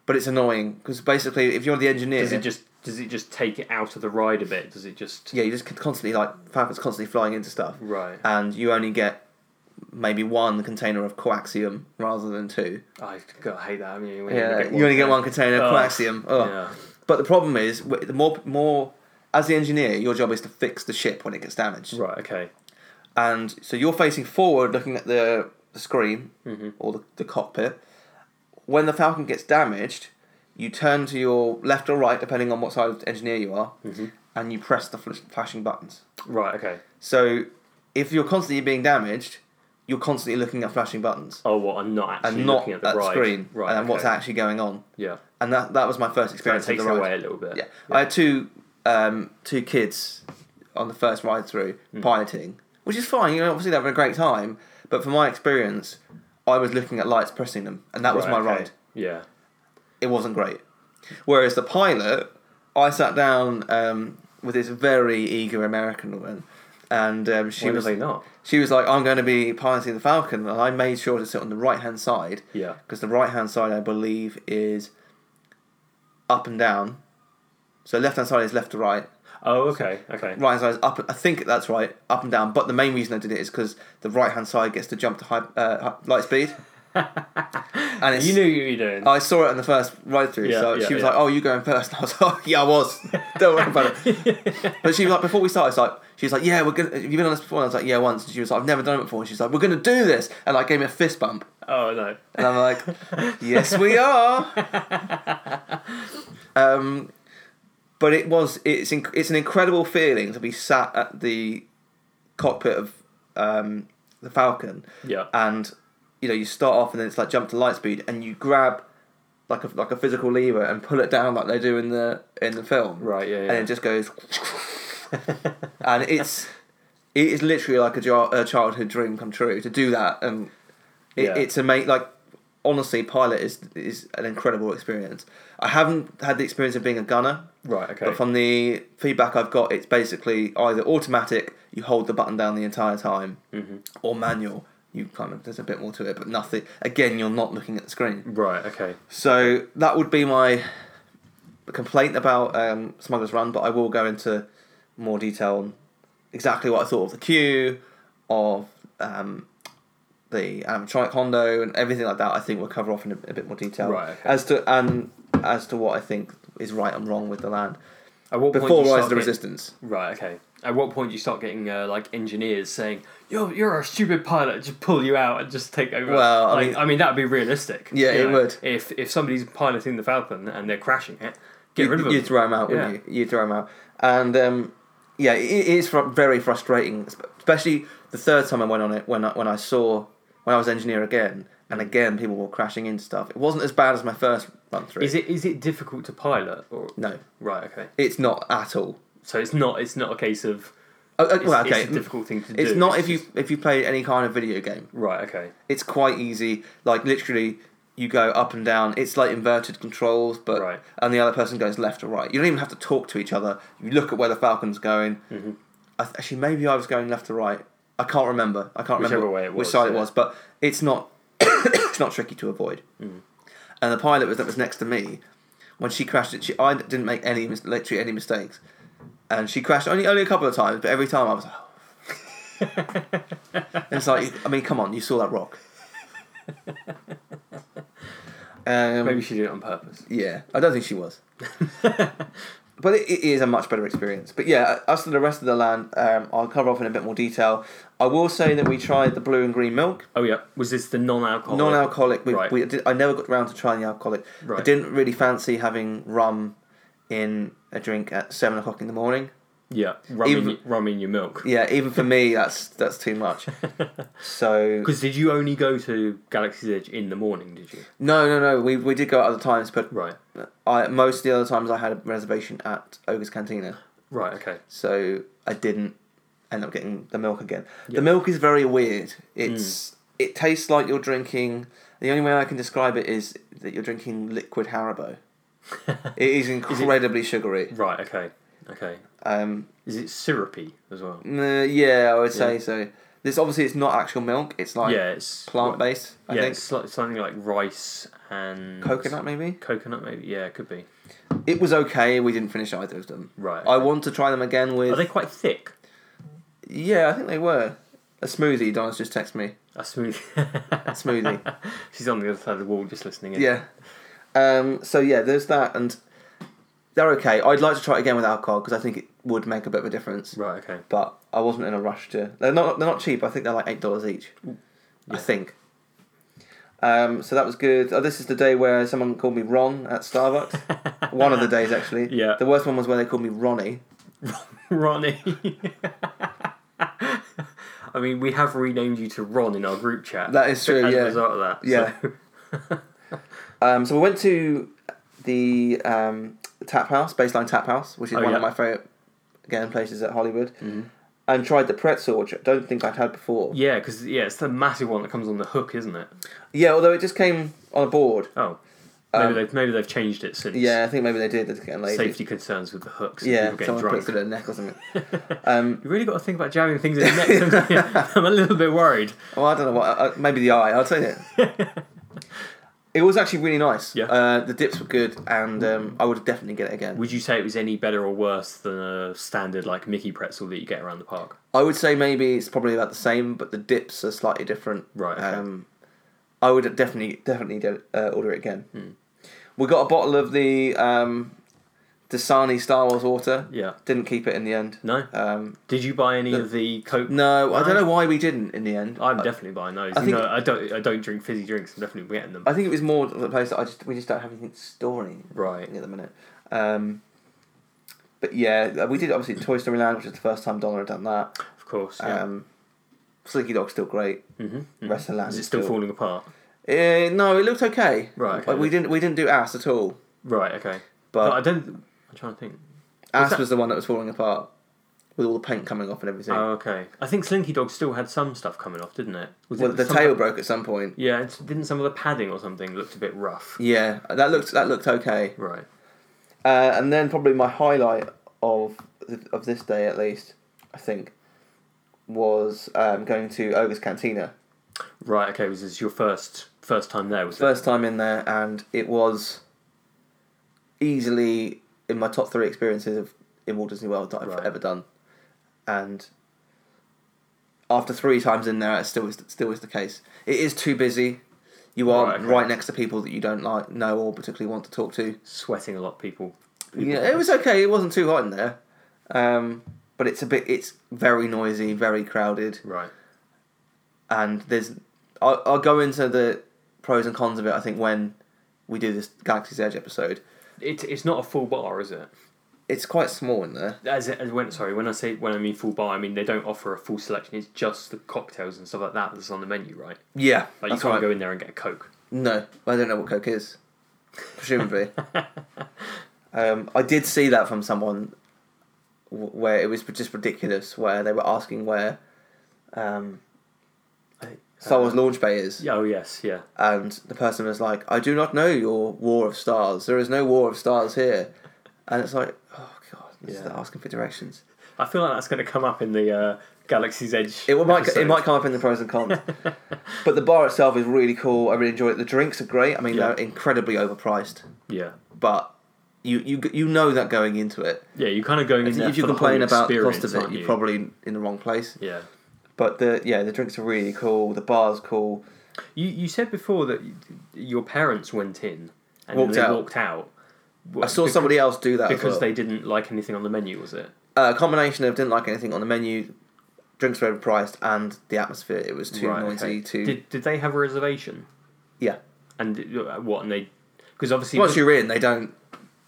but it's annoying because basically, if you're the engineer,
Does it just does it just take it out of the ride a bit? Does it just
yeah, you just constantly like Falcon's constantly flying into stuff,
Right.
And you only get maybe one container of coaxium rather than two.
I God, I hate that. I mean, we
Yeah, you only get one container of Oh.
Ugh.
coaxium. Ugh.
Yeah.
But the problem is, w- the more more as the engineer, your job is to fix the ship when it gets damaged.
Right. Okay.
and so you're facing forward looking at the, the screen
Mm-hmm.
or the, the cockpit when the falcon gets damaged you turn to your left or right depending on what side of the engineer you are
Mm-hmm.
and you press the fl- flashing buttons
Right. Okay.
so if you're constantly being damaged you're constantly looking at flashing buttons
Oh, what? I'm not actually
and not
looking
at
at
the
the ride.
screen
Right.
and
okay.
what's actually going on
Yeah.
and that that was my first
That
experience
takes
of
it
the ride
away a little bit.
yeah. I had two um, two kids on the first ride through
Mm.
piloting, which is fine. You know, obviously they're having a great time, but from my experience, I was looking at lights, pressing them, and that was my
Right, okay.
ride.
Yeah.
It wasn't great. Whereas the pilot, I sat down um, with this very eager American woman, and um, she
Why
was
was they not?
she was like, "I'm going to be piloting the Falcon," and I made sure to sit on the right hand side.
Yeah.
because the right hand side, I believe, is up and down. So left hand side is left to right.
Oh, okay. Okay.
Right hand side is up. I think that's right, up and down. But the main reason I did it is because the right hand side gets to jump to high, uh, hi- light speed. and it's,
You knew what you were doing.
I saw it on the first ride through.
Yeah,
so
yeah,
she was
yeah.
like, "Oh, you going first? And I was like, "Oh, "Yeah, I was. Don't worry about it." but she was like, "Before we started, it's like." She was like, "Yeah, we're gonna. Have you been on this before?" And I was like, "Yeah, once." And she was like, "I've never done it before." And she's like, "We're gonna do this," and like gave me a fist bump.
oh no.
And I'm like, yes, we are. um, but it was it's inc- it's an incredible feeling to be sat at the cockpit of um, the Falcon.
Yeah.
And you know you start off and then it's like jump to light speed and you grab like a like a physical lever and pull it down like they do in the in the film.
Right, yeah, yeah.
And it just goes, and it's. It is literally like a, jar- a childhood dream come true to do that, and it,
Yeah.
it's a mate like honestly, pilot is is an incredible experience. I haven't had the experience of being a gunner,
Right. Okay.
but from the feedback I've got, it's basically either automatic, you hold the button down the entire time,
Mm-hmm.
or manual. You kind of there's a bit more to it, but nothing. Again, you're not looking at the screen,
Right. Okay.
so that would be my complaint about um, Smuggler's Run. But I will go into more detail on exactly what I thought of the queue, of um, the animatronic Hondo, and everything like that. I think we'll cover off in a, a bit more detail
Right, okay.
as to and as to what I think is right and wrong with the land.
At what point do
before
you
Rise
start
of the
getting-
Resistance.
Right. Okay. At what point do you start getting uh, like engineers saying, "Yo, you're a stupid pilot. Just pull you out and just take over."
Well, I
Like,
mean-
I mean that would be realistic.
Yeah,
you
it would.
If if somebody's piloting the Falcon and they're crashing it, get rid of
You,
them.
you throw him out,
Yeah.
wouldn't you? You throw him out, and um, yeah, it, it is fr- very frustrating, sp- especially the third time I went on it when I, when I saw when I was engineer again, and
Mm.
again people were crashing into stuff. It wasn't as bad as my first run through.
Is it is it difficult to pilot? Or...
No,
Right. Okay.
it's not at all.
So it's not it's not a case of
Oh, oh,
it's,
well, okay,
it's a difficult thing to do.
It's not if
just-
you if you play any kind of video game.
Right. Okay.
It's quite easy. Like literally, you go up and down. It's like inverted controls, but
Right.
and the other person goes left or right. You don't even have to talk to each other. You look at where the falcon's going.
Mm-hmm.
I th- actually, maybe I was going left or right. I can't remember. I can't
Whichever
remember
way it
which
was,
side it
yeah.
was. But it's not it's not tricky to avoid.
Mm-hmm.
And the pilot was that was next to me. When she crashed it, she I didn't make any mis- literally any mistakes, and she crashed only only a couple of times. But every time I was like, "Oh." and it's like, I mean, come on, you saw that rock. Um,
Maybe she did it on purpose.
yeah, I don't think she was. but it, it is a much better experience. But yeah, uh, as to the rest of the land, um, I'll cover off in a bit more detail. I will say that we tried the blue and green milk,
Oh yeah. Was this the non-alcoholic?
non-alcoholic. We,
Right.
we did, I never got round to trying the alcoholic. I
Right.
didn't really fancy having rum in a drink at seven o'clock in the morning.
Yeah. Rum, in,
Even-
y- rum in your milk.
Yeah, even for me, that's that's too much. So
Because did you only go to Galaxy's Edge in the morning? Did you?
no, no, no. We, we did go at other times, but
Right.
I most of the other times I had a reservation at Ogre's Cantina.
Right. Okay.
so I didn't end up getting the milk again. The milk is very weird. It's it tastes like you're drinking. The only way I can describe it is that you're drinking liquid Haribo. it is incredibly sugary.
Right. Okay. Okay.
Um,
Is it syrupy as well?
uh, yeah, I would say so. This obviously it's not actual milk. It's like
Yeah, it's
plant based. I
Yeah,
think
it's like something like rice and
coconut maybe.
Coconut, maybe. Yeah, it could be.
It was okay. We didn't finish either of them.
Right.
I want to try them again with.
Are they quite thick?
Yeah, I think they were. A smoothie. Donna's just texted me.
A smooth.
A smoothie.
She's on the other side of the wall, just listening. In.
Yeah. Um, so yeah, there's that, and they're okay. I'd like to try it again with alcohol because I think it would make a bit of a difference.
Right. Okay.
But I wasn't in a rush to. They're not. They're not cheap. I think they're like eight dollars each. I think. Um, so that was good. Oh, this is the day where someone called me Ron at Starbucks. one of the days, actually.
Yeah.
The worst one was where they called me Ronnie.
Ronnie. I mean, we have renamed you to Ron in our group chat.
That is true,
As
yeah.
a result of that.
Yeah.
so-
Um, so we went to the um, Tap House, Baseline Tap House, which is
Oh,
one of
yeah. Mm-hmm.
my favourite, again, places at Hollywood, and tried the pretzel, which I don't think I'd had before.
yeah, because yeah, it's the massive one that comes on the hook, isn't it?
Yeah, although it just came on a board.
Oh. Maybe, they've, maybe they've changed it since.
Um, Yeah, I think maybe they did. They're just getting lazy.
Safety concerns with the hooks. and
Yeah,
people getting
someone
drunk.
puts it in their neck or something.
You really got to think about jamming things in the neck. I'm a little bit worried.
Well, I don't know what. Uh, maybe the eye. I'll tell you. it was actually really nice.
Yeah.
Uh, the dips were good, and um, I would definitely get it again.
Would you say it was any better or worse than a standard like Mickey pretzel that you get around the park?
I would say maybe it's probably about the same, but the dips are slightly different.
Right, okay.
Um, I would definitely definitely do- uh, order it again.
Hmm.
We got a bottle of the um, Dasani Star Wars water.
Yeah.
Didn't keep it in the end.
No.
Um,
Did you buy any of the Coke?
no, I don't know why we didn't in the end.
I'm definitely buying those.
I think-
no, I don't. I don't drink fizzy drinks. I'm definitely getting them.
I think it was more the place that I just we just don't have anything storing
Right.
at the minute. Um, but yeah, we did obviously Toy Story Land, which is the first time Donna had done that.
Of course. Yeah.
Um, Slinky Dog's still great. Mm-hmm. Rest of the land
Is it still falling apart?
Uh, no, it looked okay.
Right, okay.
Like, we didn't we didn't do ass at all.
Right. Okay.
But-
But I don't. I'm trying to think.
Ass
that-
was the one that was falling apart with all the paint coming off and everything.
Oh, okay. I think Slinky Dog still had some stuff coming off, didn't it? Was
well,
it
the
some-
tail broke at some point.
Yeah. It's, didn't some of the padding or something looked a bit rough?
Yeah, that looked that looked okay.
Right.
Uh, and then probably my highlight of th- of this day at least, I think, was um, going to Ogre's Cantina.
Right. Okay. Was this your first first time there? Was
First time in there, and it was easily in my top three experiences of in Walt Disney World that I've
Right.
ever done. And after three times in there, it still is still is the case. It is too busy. You are
Right,
right,
okay.
next to people that you don't like, know, or particularly want to talk to.
it sweating a lot, people? people.
Yeah, it was okay. It wasn't too hot in there, um, but it's a bit. It's very noisy, very crowded,
Right.
and there's. I'll, I'll go into the pros and cons of it. I think when we do this Galaxy's Edge episode,
It, it's not a full bar, is it?
it's quite small in there.
As, it- as when sorry, when I say when I mean full bar, I mean they don't offer a full selection. It's just the cocktails and stuff like that that's on the menu, right?
Yeah,
Like
that's
you can't
right.
go in there and get a coke.
No, I don't know what Coke is. Presumably. um, I did see that from someone wh- where it was just ridiculous, where they were asking where um, Star Wars Launch Bay is.
Uh, Yeah, Oh yes, yeah.
And the person was like, I do not know your War of Stars. There is no War of Stars here. And it's like, oh, God, this is
Yeah.
asking for directions.
I feel like that's going to come up in the uh, Galaxy's Edge.
It might
episode.
it might come up in the pros and cons, but the bar itself is really cool. I really enjoy it. The drinks are great. I mean,
Yeah.
they're incredibly overpriced.
Yeah,
but you you you know that going into it.
yeah. You're kind of going in there
if you
for the
complain
whole
about the cost
experience,
of it,
aren't
you're
you?
probably in the wrong place.
yeah.
But the yeah, the drinks are really cool. The bar's cool.
You you said before that y- your parents went in and
Walked
they
out.
walked out.
I saw somebody else do that as
because
well.
they didn't like anything on the menu. Was it?
uh, a combination of didn't like anything on the menu, drinks were overpriced, and the atmosphere. It was too
Right,
noisy.
okay.
Too
Did did they have a reservation?
yeah.
And uh, what? And they because obviously
Once you're in, they don't.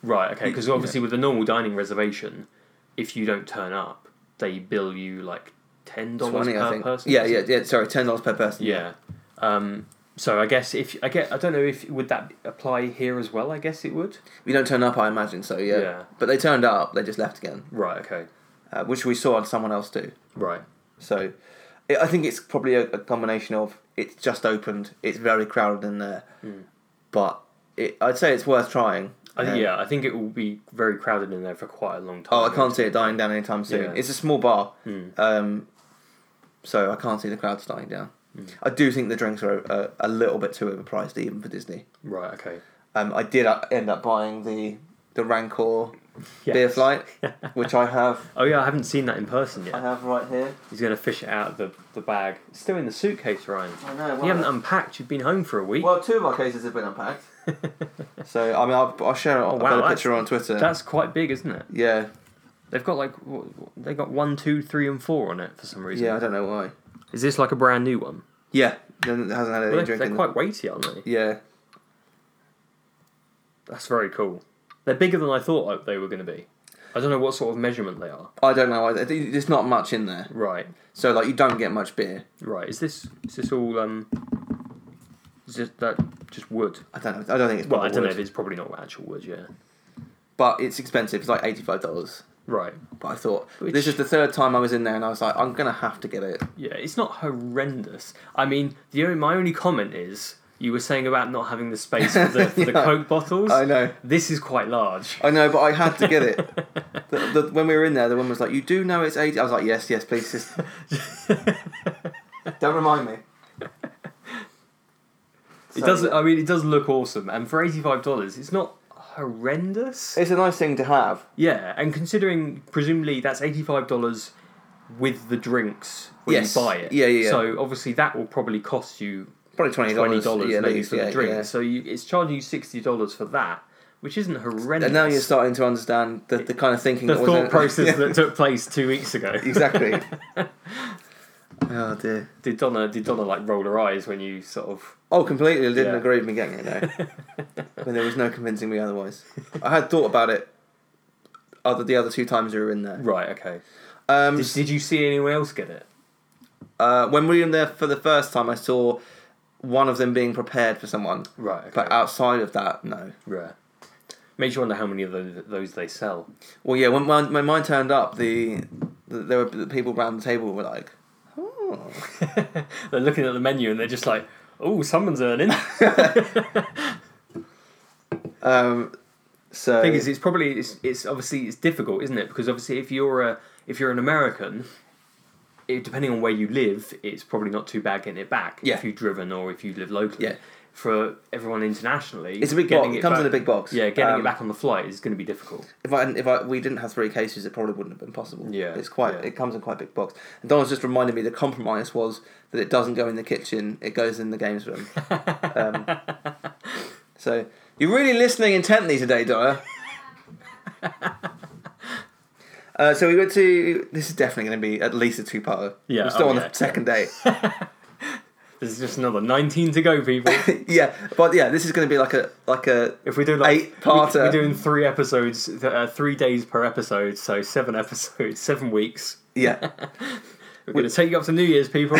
right. Okay, because obviously with a normal dining reservation, if you don't turn up, they bill you like ten dollars
Twenty,
per
I think.
person.
yeah,
is it?
yeah, yeah. Sorry, ten dollars per person.
Yeah. Um, so I guess if I get, I don't know if would that apply here as well. I guess it would.
We don't turn up, I imagine. So yeah.
Yeah.
But they turned up. They just left again,
Right. Okay.
uh, which we saw someone else do.
Right.
So it, I think it's probably a, a combination of it's just opened, it's very crowded in there,
Hmm.
but it, I'd say it's worth trying.
I think,
Uh,
yeah, I think it will be very crowded in there for quite a long time.
Oh,
Hmm,
I can't see it dying down anytime soon.
Yeah.
It's a small bar, um, so I can't see the crowds dying down.
Hmm.
I do think the drinks are a, a little bit too overpriced, even for Disney.
Right. Okay.
Um, I did uh, end up buying the the Rancor beer
Yes.
flight, Uh-huh. which I have.
Oh yeah, I haven't seen that in person yet.
I have right here.
He's gonna fish it out of the, the bag. It's still in the suitcase, Ryan.
I know, well- uh,
you haven't unpacked. You've been home for a week.
Well, two of our cases have been unpacked. so I mean, I'll, I'll share. I'll
Oh, wow,
put a
that's-
picture on Twitter.
That's quite big, isn't it?
Yeah,
They've got like what, what- they got one, two, three, and four on it for some reason.
yeah, I don't know why.
Is this like a brand new one?
Yeah, then it hasn't had any
Well, they're,
drink
they're
in.
quite weighty, aren't they?
Yeah,
That's very cool. They're bigger than I thought they were going to be. I don't know what sort of measurement they are.
I don't know. why. There's not much in there,
Right,
so like you don't get much beer.
right. Is this is this all um? Is this, that just wood?
I don't know. I don't think it's.
Well, I
proper
don't know
wood.
if it's probably not actual wood. Yeah.
But it's expensive. It's like eighty five dollars.
Right.
But I thought
Which-
this is the third time I was in there, and I was like, I'm gonna have to get it.
Yeah, it's not horrendous. I mean, the only, my only comment is you were saying about not having the space for the, for the
Yeah.
Coke bottles.
I know.
This is quite large.
I know, but I had to get it. the, the, when we were in there, the woman was like, "You do know it's 80. I was like, "Yes, yes, please, sis. don't remind me."
It
So,
doesn't.
yeah.
I mean, it does look awesome, and for eighty five dollars, it's not horrendous.
It's a nice thing to have.
Yeah, and considering presumably that's eighty five dollars with the drinks when
Yes.
you buy it.
Yeah, yeah, yeah.
So obviously that will probably cost you
Probably twenty
twenty
dollars.
dollars
yeah, at
maybe
least,
for
yeah,
the drink.
yeah.
So you, it's charging you sixty dollars for that, which isn't horrendous.
And now you're starting to understand the, the kind of thinking
the
that was in
thought
it.
process
Yeah,
that took place two weeks ago.
exactly. oh dear.
Did Donna did Donna like roll her eyes when you sort of
Oh, completely. I didn't
Yeah.
agree with me getting it. No, when there was no convincing me otherwise. I had thought about it. Other the other two times we were in there.
right? Okay.
Um,
Did, did you see anyone else get it?
uh, when we were in there for the first time, I saw one of them being prepared for someone.
Right. Okay.
But uh, outside of that, no.
yeah. Makes you wonder how many of those, those they sell.
Well, yeah. When mine, when mine turned up, the, the there were the people around the table were like, "Oh,
They're looking at the menu and they're just like, "Oh, someone's earning."
um, so."
thing is, it's probably it's, it's obviously it's difficult, isn't it? Because obviously, if you're a if you're an American, it, depending on where you live, it's probably not too bad getting it back.
Yeah.
If you've driven or if you live locally.
Yeah.
For everyone internationally,
It's a big
getting
box. It comes in
back-
a big box.
Yeah, getting
Um,
it back on the flight is going to be difficult.
if I if I we didn't have three cases, it probably wouldn't have been possible.
Yeah,
it's quite
yeah.
it comes in quite a big box. And Donald's just reminded me the compromise was that it doesn't go in the kitchen; it goes in the games room. um, so you're really listening intently today, Donna. Uh, so we went to. This is definitely going to be at least a two-parter.
Yeah,
we're still
oh,
on
yeah.
the second date.
There's just another 19 to go, people.
yeah, but yeah, this is going to be like a like a
If we do like
Eight-parter.
we- we're doing three episodes, th- uh, three days per episode, so seven episodes, seven weeks.
yeah.
We're going to take you up to New Year's, people.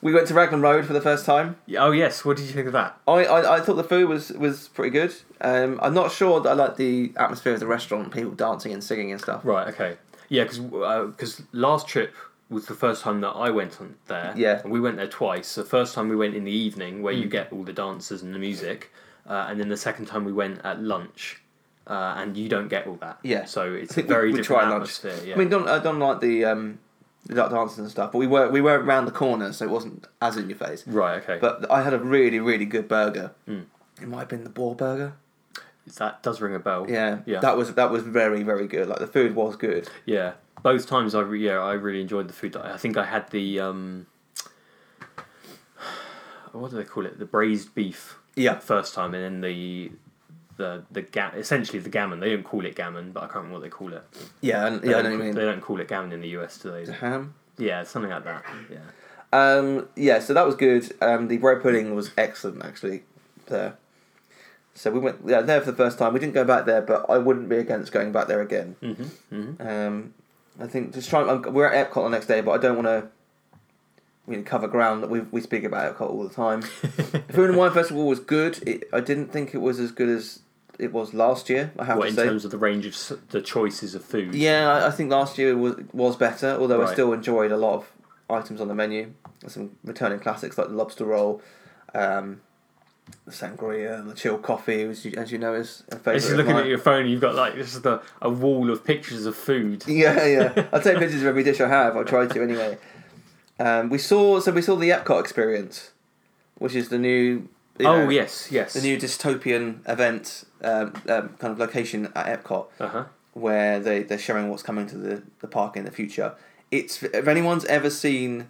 we went to Raglan Road for the first time.
oh yes, what did you think of that?
I, I, I thought the food was was pretty good. Um, I'm not sure that I like the atmosphere of the restaurant, people dancing and singing and stuff.
Right, okay, yeah, because because last trip was the first time that I went on there.
Yeah. Mm.
and we went there twice. The first time we went in the evening, where you get all the dancers and the music, uh, and then the second time we went at lunch. Uh, and you don't get all that,
Yeah.
So
I
it's a
think we-
very
we
different
tried lunch.
atmosphere. Yeah.
I mean, don't I don't like the um, the duck dances and stuff, but we were we were around the corner, so it wasn't as in your face.
right, Hmm. okay.
But I had a really really good burger. It might have been the boar burger.
that does ring a bell.
Yeah,
yeah.
That was that was very very good. Like the food was good.
Yeah, both times I re- yeah I really enjoyed the food. that I I think I had the um, what do they call it? The braised beef.
Yeah.
First time, and then the the the ga- essentially the gammon. They don't call it gammon, but I can't remember what they call it.
Yeah, and,
They
yeah. I
don't
know what you
They
mean.
don't call it gammon in the US, do they?
Ham.
Yeah, something like that. Yeah.
Um, yeah, so that was good. Um, the bread pudding was excellent, actually. There, so we went yeah, there for the first time. We didn't go back there, but I wouldn't be against going back there again.
Mhm,
Um, I think just trying. I'm, we're at Epcot the next day, but I don't want to. You know, cover ground that we we speak about Epcot all the time. the Food and Wine Festival was good. It, I didn't think it was as good as it was last year. I have
What
to
in
say.
terms of the range of s- the choices of food?
Yeah, I- I think last year was was better, although I
Right.
still enjoyed a lot of items on the menu. Some returning classics like the lobster roll, um, the sangria, and the chilled coffee, as you, as you know is a favourite.
This is
of
looking
mine.
at your phone. You've got like this is the a wall of pictures of food.
Yeah, yeah. I take pictures of every dish I have. I try to anyway. Um, we saw so we saw the Epcot experience, which is the new. you
oh
know,
yes, yes.
The new dystopian event um, um, kind of location at Epcot.
Uh huh.
where they, they're showing what's coming to the, the park in the future. It's if anyone's ever seen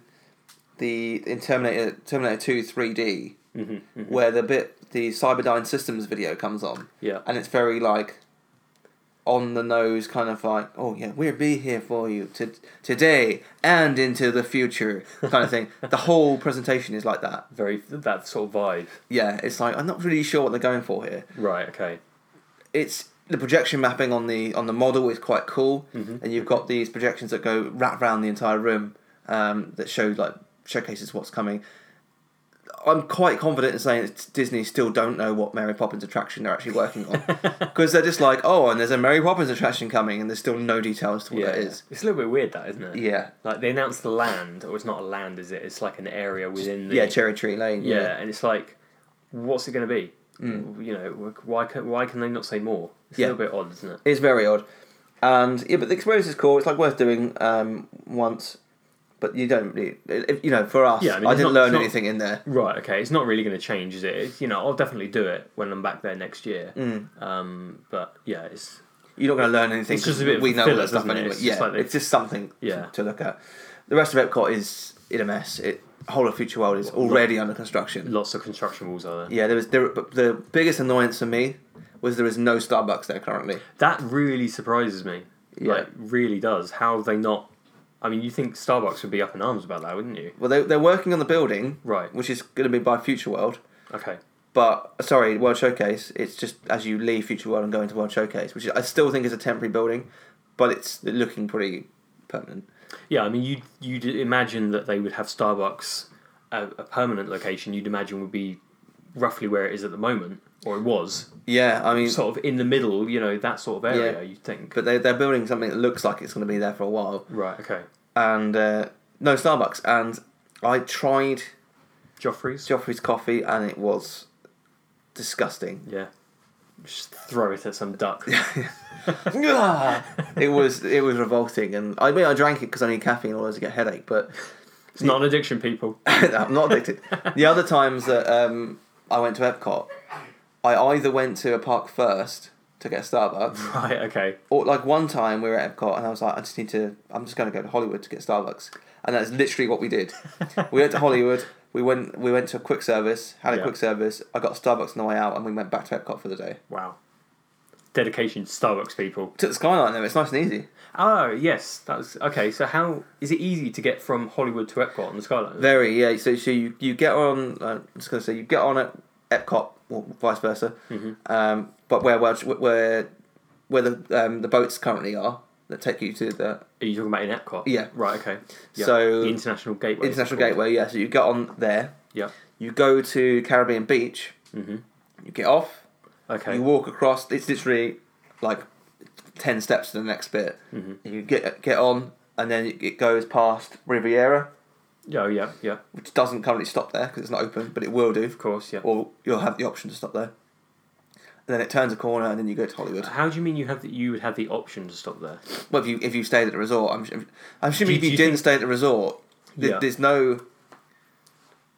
the in Terminator Terminator Two 3D, where the bit the Cyberdyne Systems video comes on,
Yeah.
and it's very like on the nose, kind of like oh yeah, we'll be here for you to, today and into the future kind of thing. the whole presentation is like that.
Very that sort of vibe.
Yeah, it's like I'm not really sure what they're going for here
Right. Okay.
it's the projection mapping on the on the model is quite cool, and you've got these projections that go wrap around the entire room um, that show like showcases what's coming. I'm quite confident in saying that Disney still don't know what Mary Poppins attraction they're actually working on because they're just like, oh, and there's a Mary Poppins attraction coming, and there's still no details to what that is.
It's a little bit weird, that isn't it?
Yeah.
Like they announced the land, or it's not a land, is it? It's like an area within the
Yeah, Cherry Tree Lane.
yeah, and it's like, what's it going to be? You know, why can why can they not say more? It's
Yeah.
a little bit odd, isn't it?
It's very odd. And yeah, but the experience is cool. It's like worth doing um, once, but you don't really, if- you know, for us,
Yeah, I
I,
mean, it's
didn't
not-
learn
it's not-
anything in there.
Right. Okay. It's not really going to change, is it? It's, you know, I'll definitely do it when I'm back there next year.
Mm.
Um, but yeah, it's
You're not going to learn anything.
It's just a
'cause
bit of
we know
filler,
that stuff
isn't it?
anyway.
It's
yeah,
just like they-
it's just something
Yeah.
to, to look at. The rest of Epcot is in a mess. It whole of Future World is already under construction.
lots of construction walls are there.
Yeah, there was there, but the biggest annoyance for me was there is no Starbucks there currently.
That really surprises me.
Yeah.
Like, really does. How have they not? I mean, you think Starbucks would be up in arms about that, wouldn't you?
Well, they, they're working on the building,
Right.
which is going to be by Future World.
Okay.
But sorry, World Showcase. It's just as you leave Future World and go into World Showcase, which I still think is a temporary building, but it's looking pretty permanent.
Yeah, I mean, you you'd imagine that they would have Starbucks, a, a permanent location. You'd imagine would be roughly where it is at the moment, or it was
Yeah, I mean,
sort of in the middle. You know, that sort of area.
Yeah.
You'd think.
but they, they're building something that looks like it's going to be there for a while.
right. Okay.
and uh, no Starbucks. And I tried
Joffrey's.
Joffrey's coffee, and it was disgusting.
yeah. Just throw it at some duck.
it was it was revolting, and I mean I drank it because I need caffeine in order to get a headache, but
It's not an addiction, people.
I'm not addicted. The other times that um, I went to Epcot, I either went to a park first to get a Starbucks,
right. Okay.
or like one time we were at Epcot, and I was like, I just need to, I'm just going to go to Hollywood to get Starbucks, and that's literally what we did. we went to Hollywood. We went. We went to a quick service. Had a
Yeah.
quick service. I got Starbucks on the way out, and we went back to Epcot for the day.
Wow. dedication to Starbucks people.
Took the skyline though. It's nice and easy.
Oh yes, that was okay. So how is it easy to get from Hollywood to Epcot on the skyline?
Very yeah. So, so you you get on. Uh, I was gonna say you get on at Epcot or vice versa. Um, but where where where where the um, the boats currently are that take you to the
Are you talking about in Epcot?
Yeah.
Right. Okay. Yeah.
So-
the international gateway. is
international
called.
gateway. Yeah. So you get on there.
Yeah.
You go to Caribbean Beach. You get off.
Okay.
You walk across. It's literally like ten steps to the next bit. Mm-hmm. You get get on, and then it- it goes past Riviera,
Yeah. oh, Yeah. Yeah. Of
which doesn't currently stop there because it's not open, but it will do. Of
course. Yeah.
Or you'll have the option to stop there. And then it turns a corner, and then you go to Hollywood.
how do you mean you have that? You would have the option to stop there.
Well, if you if you stayed at the resort, I'm, I'm, I'm assuming
Do-
if
do
you,
you
didn't
think-
stay at the resort, th-
Yeah.
there's no,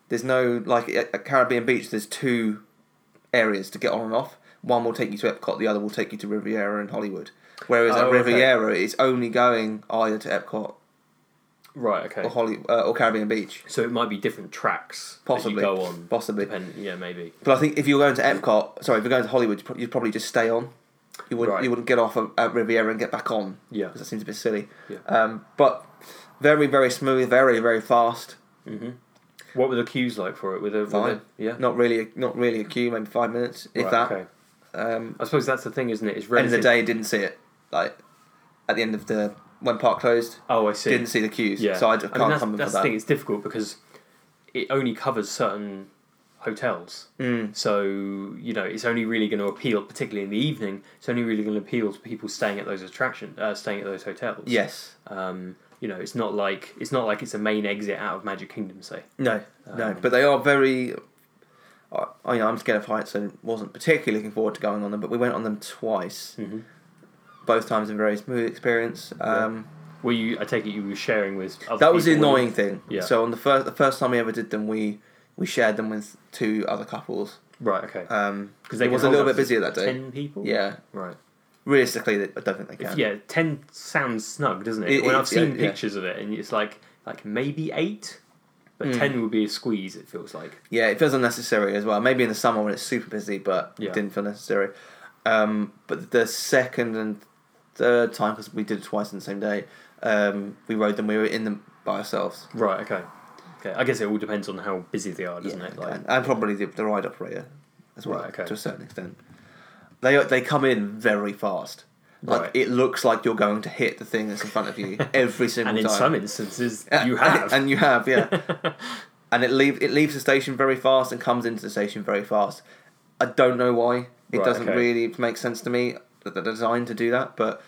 there's no like at at Caribbean Beach. There's two areas to get on and off. One will take you to Epcot. The other will take you to Riviera and Hollywood. Whereas
Oh,
at
okay.
Riviera, it's only going either to Epcot
Right. Okay.
or Holly uh, or Caribbean Beach.
So it might be different tracks.
Possibly.
That you go on.
Possibly.
Depend- yeah. Maybe.
But I think if you're going to Epcot, sorry, if you're going to Hollywood, you'd pro- you'd probably just stay on. You wouldn't
Right.
you wouldn't get off at, at Riviera and get back on.
Yeah.
'Cause that seems a bit silly.
Yeah.
Um, but very very smooth, very very fast.
What were the queues like for it? With a with a-
Fine.
yeah.
Not really. a- Not really a queue. Maybe five minutes, if
Right,
that.
Okay.
Um,
I suppose that's the thing, isn't it? It's
end of
relative.
the day, didn't see it. Like at the end of the when park closed,
Oh, I see.
didn't see the queues.
Yeah.
So I d-
mean,
can't
that's,
comment
that's
for that.
the thing. It's difficult because it only covers certain hotels. Mm. So you know, it's only really going to appeal, particularly in the evening. It's only really going to appeal to people staying at those attraction, uh, staying at those hotels.
Yes.
Um, you know, it's not like it's not like it's a main exit out of Magic Kingdom, say.
No. no.
Um,
But they are very. I, I mean, I'm scared of heights and wasn't particularly looking forward to going on them. But we went on them twice. Mm-hmm. Both times a very smooth experience. Um,
Were you? I take it you were sharing with. Other
That was the
people, weren't you?
annoying thing.
Yeah.
So on the first the first time we ever did them, we we shared them with two other couples.
Right. Okay. Because
Um,
they
it was a
can hold
little
up
bit
to
busier that day.
Ten people.
Yeah.
Right.
Realistically, I don't think they can.
Yeah, ten sounds snug, doesn't it?
It-
when
it-
I've seen
yeah, yeah.
pictures of it, and it's like like maybe eight,
Hmm.
but ten would be a squeeze. It feels like.
Yeah, it feels unnecessary as well. Maybe in the summer when it's super busy, but
Yeah.
it didn't feel necessary. Um, but the second and third time, because we did it twice on the same day, um, we rode them. We were in them by ourselves.
Right. Okay. Okay. I guess it all depends on how busy they are, doesn't it? Like,
and, and probably the, the ride operator as well,
Right, okay.
to a certain extent. They they come in very fast. Like
Right.
it looks like you're going to hit the thing that's in front of you every single
and in
time.
some instances,
Yeah,
you
and-
have.
and, you have, yeah. and it leave it leaves the station very fast and comes into the station very fast. I don't know why. It
Right,
doesn't
okay.
really make sense to me that they're designed to do that, but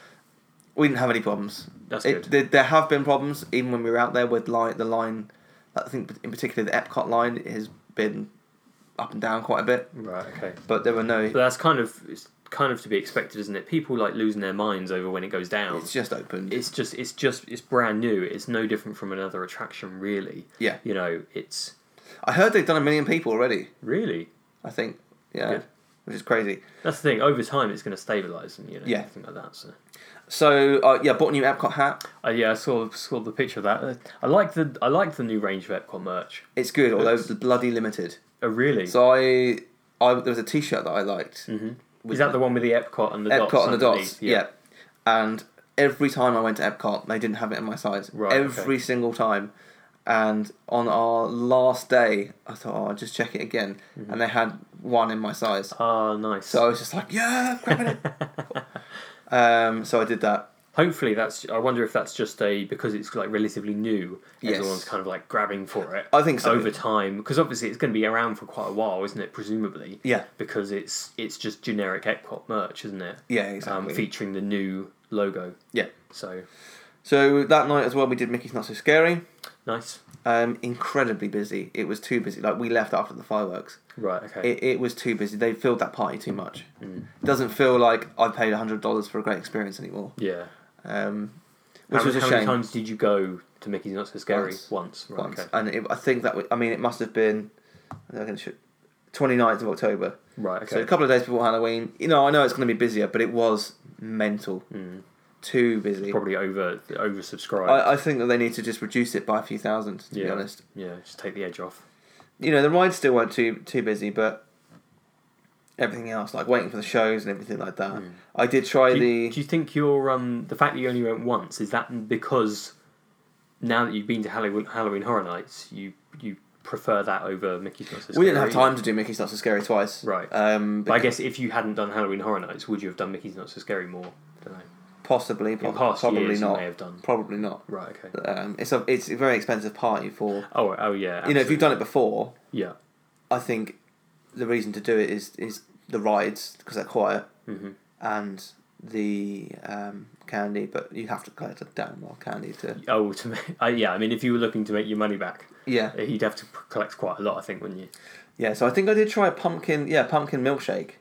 we didn't have any problems.
That's
it,
good.
There, there have been problems even when we were out there with line the line. I think in particular the Epcot line has been up and down quite a bit,
right. Okay.
but there were no.
But that's kind of it's kind of to be expected, isn't it? People like losing their minds over when it goes down.
It's just open.
it's just it's just it's brand new. It's no different from another attraction, really.
Yeah.
You know, it's
I heard they've done a million people already.
really
I think, yeah,
Good.
which is crazy.
that's the thing. Over time, it's going to stabilize and you know
Yeah.
everything like that. So.
So uh, yeah, bought a new Epcot hat.
Uh, yeah, I saw saw the picture of that. Uh, I like the I like the new range of Epcot merch.
It's good, although it's bloody limited.
Oh, really?
So I, I there was a T-shirt that I liked.
Mm-hmm. Is that the one with the Epcot and the dots?
Epcot and the
underneath?
dots. Yeah. And every time I went to Epcot, they didn't have it in my size.
Right,
Every
okay.
single time. And on our last day, I thought, oh, I'll just check it again.
Mm-hmm.
And they had one in my size.
Ah, nice.
So I was just like, yeah, grabbing it. um, so I did that.
hopefully that's. I wonder if that's just a because it's like relatively new.
Yes.
Everyone's kind of like grabbing for it.
I think so.
Over time, because obviously it's going to be around for quite a while, isn't it? Presumably.
Yeah.
Because it's it's just generic Epcot merch, isn't it?
Yeah, exactly.
Um, featuring the new logo.
Yeah.
So
So that night as well, we did Mickey's Not So Scary.
nice.
Um, incredibly busy. It was too busy. Like we left after the fireworks.
Right. Okay.
it, it was too busy. They filled that party too much.
Mm.
It doesn't feel like I paid hundred dollars for a great experience anymore.
yeah.
Um, which
how
was a
how
shame.
many times did you go to Mickey's Not So Scary?
Once.
Once. Right,
Once.
okay.
And it, I think that, w- I mean, it must have been I don't know, should- 29th of October.
Right, okay.
So a couple of days before Halloween. You know, I know it's going to be busier, but it was mental. Too busy.
Hmm. Probably over oversubscribed.
I, I think that they need to just reduce it by a few thousand, to
yeah.
be honest.
Yeah, just take the edge off.
You know, the rides still weren't too too busy, but everything else, like waiting for the shows and everything like that.
Hmm.
I did try
Do
the.
you, do you think your um the fact that you only went once is that because now that you've been to Halloween Halloween Horror Nights you you prefer that over Mickey's Not So
we didn't
Scary?
have time to do Mickey's Not So Scary twice.
Right.
Um,
But I guess if you hadn't done Halloween Horror Nights, would you have done Mickey's Not So Scary more? Don't know.
possibly. prob-
past
probably
years you
not.
may have done.
Probably not.
Right. Okay.
Um, it's a it's a very expensive party for
Oh. Oh yeah.
you know if you've done it before.
Yeah.
I think the reason to do it is is the rides because they're quiet
Mm-hmm.
and the um, candy, but you have to collect a damn lot of candy to
Oh, to make, I, yeah. I mean, if you were looking to make your money back,
yeah
you'd have to p- collect quite a lot, I think, wouldn't you?
yeah. So I think I did try a pumpkin yeah pumpkin milkshake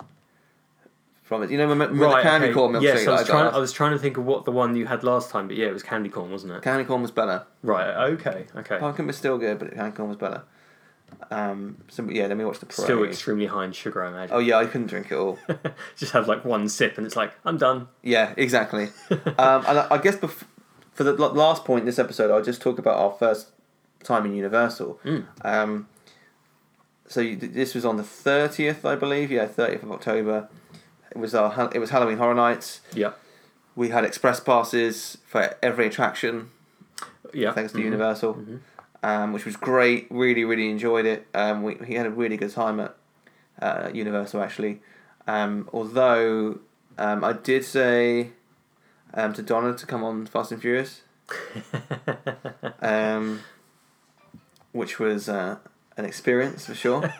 from it. You know when, when the candy
okay.
corn milkshake
Yes, I
that
was
I got
trying.
asked-
I was trying to think of what the one you had last time, but yeah, it was candy corn, wasn't it?
candy corn was better.
Right. Okay. Okay.
Pumpkin was still good, but candy corn was better. Um, so yeah, then we watched the parade.
Still extremely high in sugar, I imagine.
oh yeah, I couldn't drink it all.
Just have like one sip, and it's like I'm done.
Yeah, exactly. um, and I, I guess bef- for the la- last point in this episode, I'll just talk about our first time in Universal. Um, so you, this was on the thirtieth, I believe. Yeah, thirtieth of October. It was our Ha- it was Halloween Horror Nights.
Yeah.
We had express passes for every attraction,
Yeah.
thanks to
Mhm.
Universal, um, which was great. Really, really enjoyed it. Um, we he had a really good time at uh, Universal actually. Um, although um, I did say um, to Donna to come on Fast and Furious, um, which was uh, an experience for sure.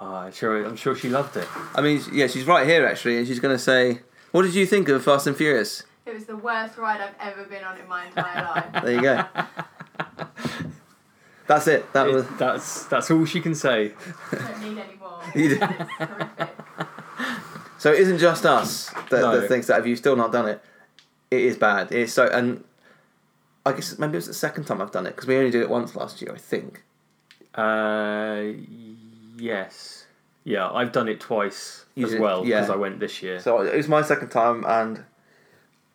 Ah, I'm sure. I'm sure she loved it.
I mean, yeah, she's right here actually, and she's going to say, "What did you think of Fast and Furious?"
It was the worst ride I've ever been on in my entire life.
There you go. That's it. That was.
It- that's that's all she can say.
Don't need any more.
You
It's
did-
horrific.
So it isn't just us that,
No.
that thinks that. If you've still not done it, it is bad. It's so, and I guess maybe it was the second time I've done it because we only did it once last year, I think.
Uh, yes. Yeah, I've done it twice
You
as
did-
well
yeah.
because I went this year.
So it was my second time, and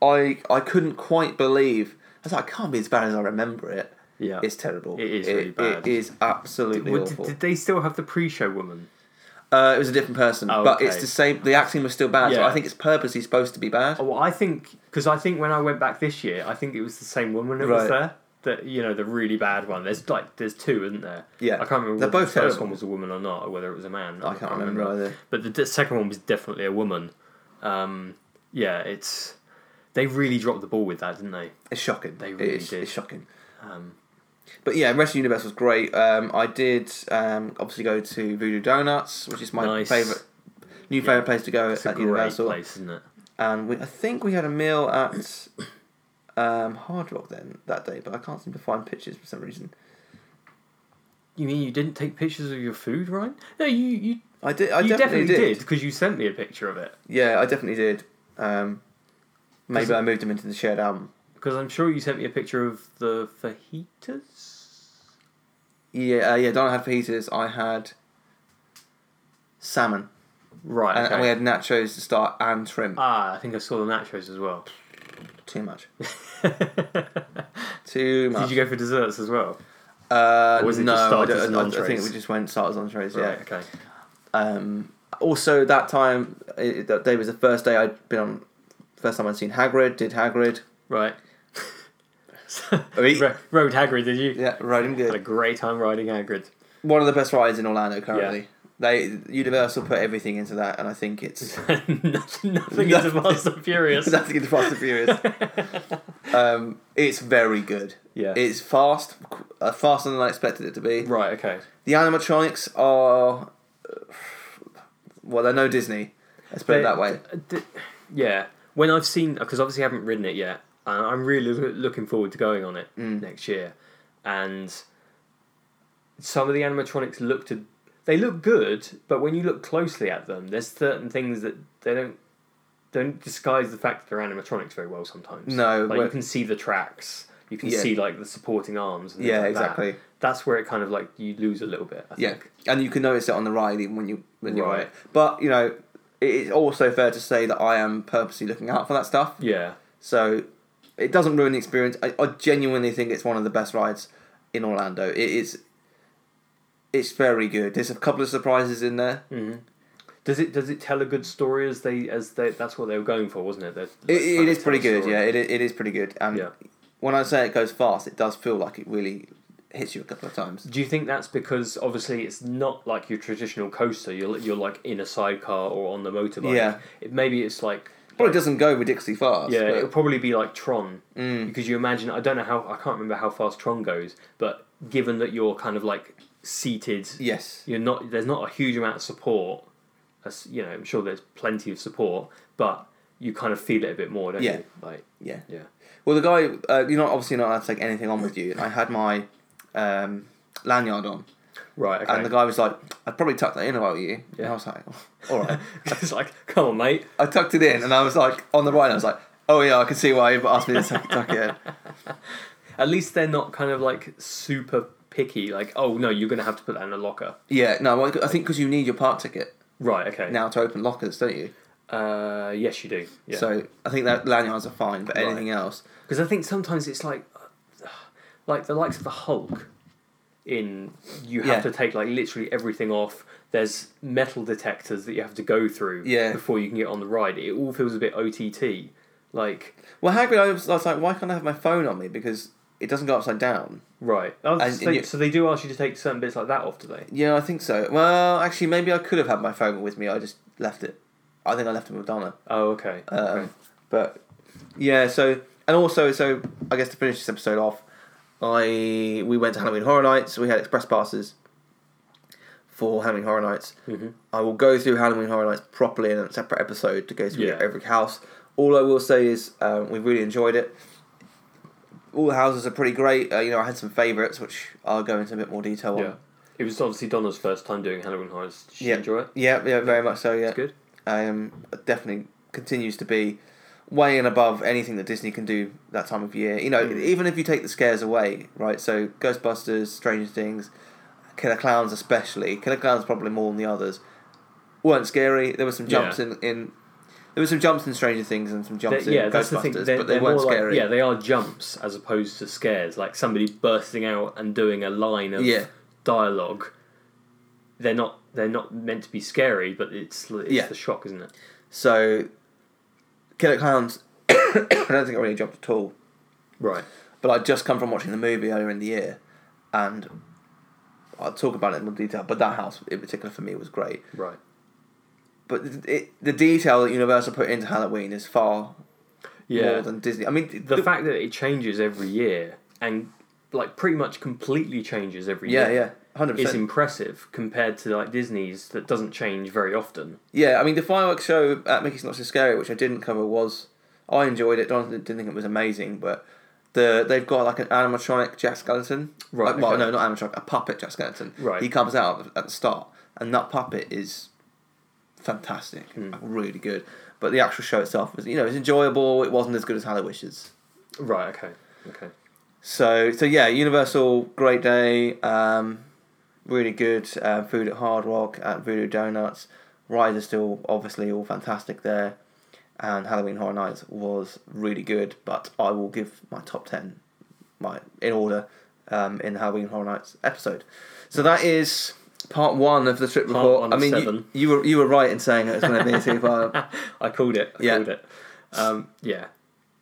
I I couldn't quite believe. I was like, I can't be as bad as I remember it.
yeah.
It's terrible.
It is really bad.
It is absolutely
Well, did,
awful.
did they still have the pre-show woman?
uh, it was a different person,
Oh,
but it's
okay.
the same. The acting was still bad. So
Yeah.
I think it's purposely supposed to be bad.
Oh, well, I think because I think when I went back this year, I think it was the same woman that was
Right.
there. That you know the really bad one. There's like there's two, isn't there?
Yeah.
I can't remember.
They're
whether
both
the first
terrible.
one was a woman or not, or whether it was a man.
I can't remember either.
But the d- second one was definitely a woman. Um, yeah, it's they really dropped the ball with that, didn't they?
It's shocking.
They
It
really
is-
did.
It's shocking.
Um,
But yeah, Rest of Universe was great. Um, I did um, obviously go to Voodoo Donuts, which is my
Nice.
favorite, new favorite place to go
It's a
at
great
Universal.
place, isn't it?
And we, I think we had a meal at um, Hard Rock then that day, but I can't seem to find pictures for some reason.
You mean you didn't take pictures of your food, right? No, you you,
I did. I
you
definitely, did.
because you sent me a picture of it.
Yeah, I definitely did. Um, maybe
Doesn't-
I moved them into the shared album.
Because I'm sure you sent me a picture of the fajitas.
Yeah, uh, yeah. Donna had fajitas. I had salmon,
Right.
and,
okay.
and we had nachos to start and shrimp.
Ah, I think I saw the nachos as well.
Too much.
Did
Too much.
you go for desserts as well?
Uh,
Or was it
no,
just starters
I, don't-
and
I- I
entrees?
think we just went starters on trays.
Right,
Yeah.
okay.
Um, also, that time it, that day was the first day I'd been on. First time I'd seen Hagrid. Did Hagrid?
Right.
mean-
Ro- rode Hagrid, did you?
Yeah, rode him
Had a
good.
great time riding Hagrid.
One of the best rides in Orlando currently. They Universal put everything into that, and I think it's
nothing, nothing is
Nothing.
Fast and Furious.
nothing into Fast and Furious. um, it's very good.
Yeah.
it's fast, qu- uh, faster than I expected it to be.
Right. Okay.
The animatronics are, well, they're no Disney. Let's put it
They-
that way.
d- yeah. When I've seen, because obviously I haven't ridden it yet, and I'm really loo- looking forward to going on it
Mm.
next year. And some of the animatronics look to, they look good, but when you look closely at them, there's certain things that they don't don't disguise the fact that they're animatronics very well sometimes.
No,
like you
but-
can see the tracks, you can
Yeah.
see like the supporting arms. And things
Yeah,
like that.
exactly.
That's where it kind of like you lose a little bit. I
Yeah,
think.
and you can notice it on the ride even when you when you're on
Right.
it. But you know, it is also fair to say that I am purposely looking out for that stuff.
Yeah.
So it doesn't ruin the experience. I, I genuinely think it's one of the best rides in
Hmm.
Orlando. It is. It's very good. There's a couple of surprises in there. Mm-hmm.
Does it does it tell a good story as they as they that's what they were going for, wasn't it? They're,
It, it is
trying to
pretty
tell a
good,
story.
yeah. It, i- it is pretty good. And
Yeah.
when I say it goes fast, it does feel like it really hits you a couple of times.
Do you think that's because obviously it's not like your traditional coaster? You're you're like in a sidecar or on the motorbike.
Yeah.
It, maybe it's like.
Well, it doesn't go ridiculously fast.
Yeah,
but-
it'll probably be like Tron
Mm.
because you imagine. I don't know how I can't remember how fast Tron goes, but given that you're kind of like seated,
yes.
you're not. There's not a huge amount of support. As, you know, I'm sure there's plenty of support, but you kind of feel it a bit more, don't
Yeah.
you? Like,
Yeah.
yeah,
Well, the guy, uh, you're not obviously not allowed to take anything on with you. And I had my um, lanyard on,
right. Okay.
and the guy was like, "I'd probably tuck that in if I were you." And I was like, "Oh, "All right."
it's like, come on, mate.
I tucked it in, and I was like, on the right, I was like, "Oh yeah, I can see why you asked me to tuck, tuck it." in.
At least they're not kind of like super picky. Like, oh no, you're gonna have to put that in a locker.
Yeah. No, well, I think because you need your park ticket
Right. Okay.
now to open lockers, don't you?
Uh, yes, you do. Yeah.
So I think that lanyards are fine, but anything else,
Because I think sometimes it's like, like the likes of the Hulk. In you have
Yeah.
to take like literally everything off. There's metal detectors that you have to go through
Yeah.
before you can get on the ride. It all feels a bit OTT. Like
Well, Hagrid, I was, I was like, why can't I have my phone on me? Because it doesn't go upside down.
right. Oh,
And-
so,
and
they,
you-
so they do ask you to take certain bits like that off, do they?
Yeah, I think so. Well, actually, maybe I could have had my phone with me. I just left it. I think I left it with Donna.
Oh, okay.
Um,
okay.
But yeah, so and also, so I guess to finish this episode off, I we went to Halloween Horror Nights. We had express passes for Halloween Horror Nights. Mm-hmm. I will go through Halloween Horror Nights properly in a separate episode to go through
Yeah.
every house. All I will say is um, we really enjoyed it. All the houses are pretty great. Uh, you know, I had some favourites, which I'll go into a bit more detail on.
Yeah. It was obviously Donna's first time doing Halloween Horrors. Did she
Yeah.
enjoy it?
Yeah, yeah, very much so. Yeah,
It's good.
Um, it definitely continues to be way and above anything that Disney can do that time of year. You know,
Mm.
even if you take the scares away, right? So Ghostbusters, Stranger Things, Killer Clowns, especially Killer Clowns, probably more than the others, weren't scary. There were some jumps
Yeah.
in in. There were some jumps in Stranger Things and some jumps
They- yeah,
in
that's the thing.
Ghostbusters,
They're,
but they
they're
weren't
more like-
scary.
yeah, they are jumps as opposed to scares. Like somebody bursting out and doing a line of
Yeah.
dialogue. They're not. They're not meant to be scary, but it's it's
Yeah.
the shock, isn't it?
So Killer Clowns, I don't think I really jumped at all.
Right.
But I'd just come from watching the movie earlier in the year, and I'll talk about it in more detail. But that house in particular for me was great.
Right.
But it, the detail that Universal put into Halloween is far more
Yeah.
than Disney. I mean,
the fact that it changes every year and like pretty much completely changes every
yeah, yeah,
year.
hundred
Is
percent.
impressive compared to like Disney's that doesn't change very often.
Yeah, I mean, the fireworks show at Mickey's Not So Scary, which I didn't cover, was I enjoyed it. Jonathan didn't think it was amazing, but. The, they've got like an animatronic Jack Skeleton.
Right,
Like, well,
okay.
no, not animatronic, a puppet Jack Skeleton.
Right.
He comes out at the start, and that puppet is fantastic,
Hmm.
like, really good. But the actual show itself was, you know, it's enjoyable. It wasn't as good as Hello Wishes.
Right. Okay. Okay.
So, so yeah, Universal, great day. Um, really good uh, food at Hard Rock, at Voodoo Donuts. Rides are still obviously all fantastic there. And Halloween Horror Nights was really good, but I will give my top 10 my in order um, in Halloween Horror Nights episode. So that is part one of the trip
Part
report.
one
I
of
mean, you,
seven.
you were you were right in saying it was going to be a two part.
I called it. I
Yeah.
called it. Um, yeah.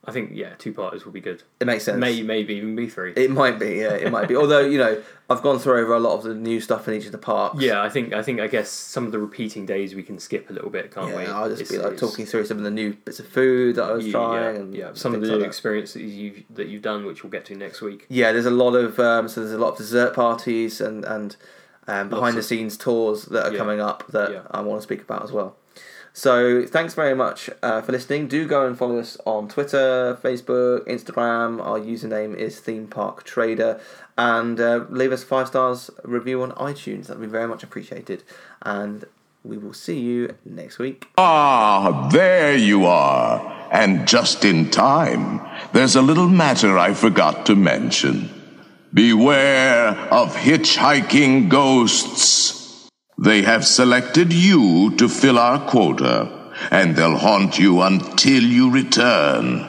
I think yeah, two parters will be good.
It makes sense.
May maybe even be three.
It might be, yeah, it might be. Although you know, I've gone through over a lot of the new stuff in each of the parks.
yeah, I think I think I guess some of the repeating days we can skip a little bit, can't
Yeah,
we?
I'll just
It's-
be like
it's-
talking through some of the new bits of food that I was
yeah,
trying.
yeah,
and
yeah. Some of
things
the
like that.
experiences you've that you've done, which we'll get to next week.
Yeah, there's a lot of um, so there's a lot of dessert parties and and um, behind the
of-
scenes tours that are
Yeah.
coming up that
Yeah.
I want to speak about as well. So thanks very much uh, for listening. Do go and follow us on Twitter, Facebook, Instagram. Our username is Theme Park Trader, and uh, leave us a five stars review on iTunes. That'd be very much appreciated. And we will see you next week.
Ah, there you are. And just in time. There's a little matter I forgot to mention. Beware of hitchhiking ghosts. They have selected you to fill our quota, and they'll haunt you until you return.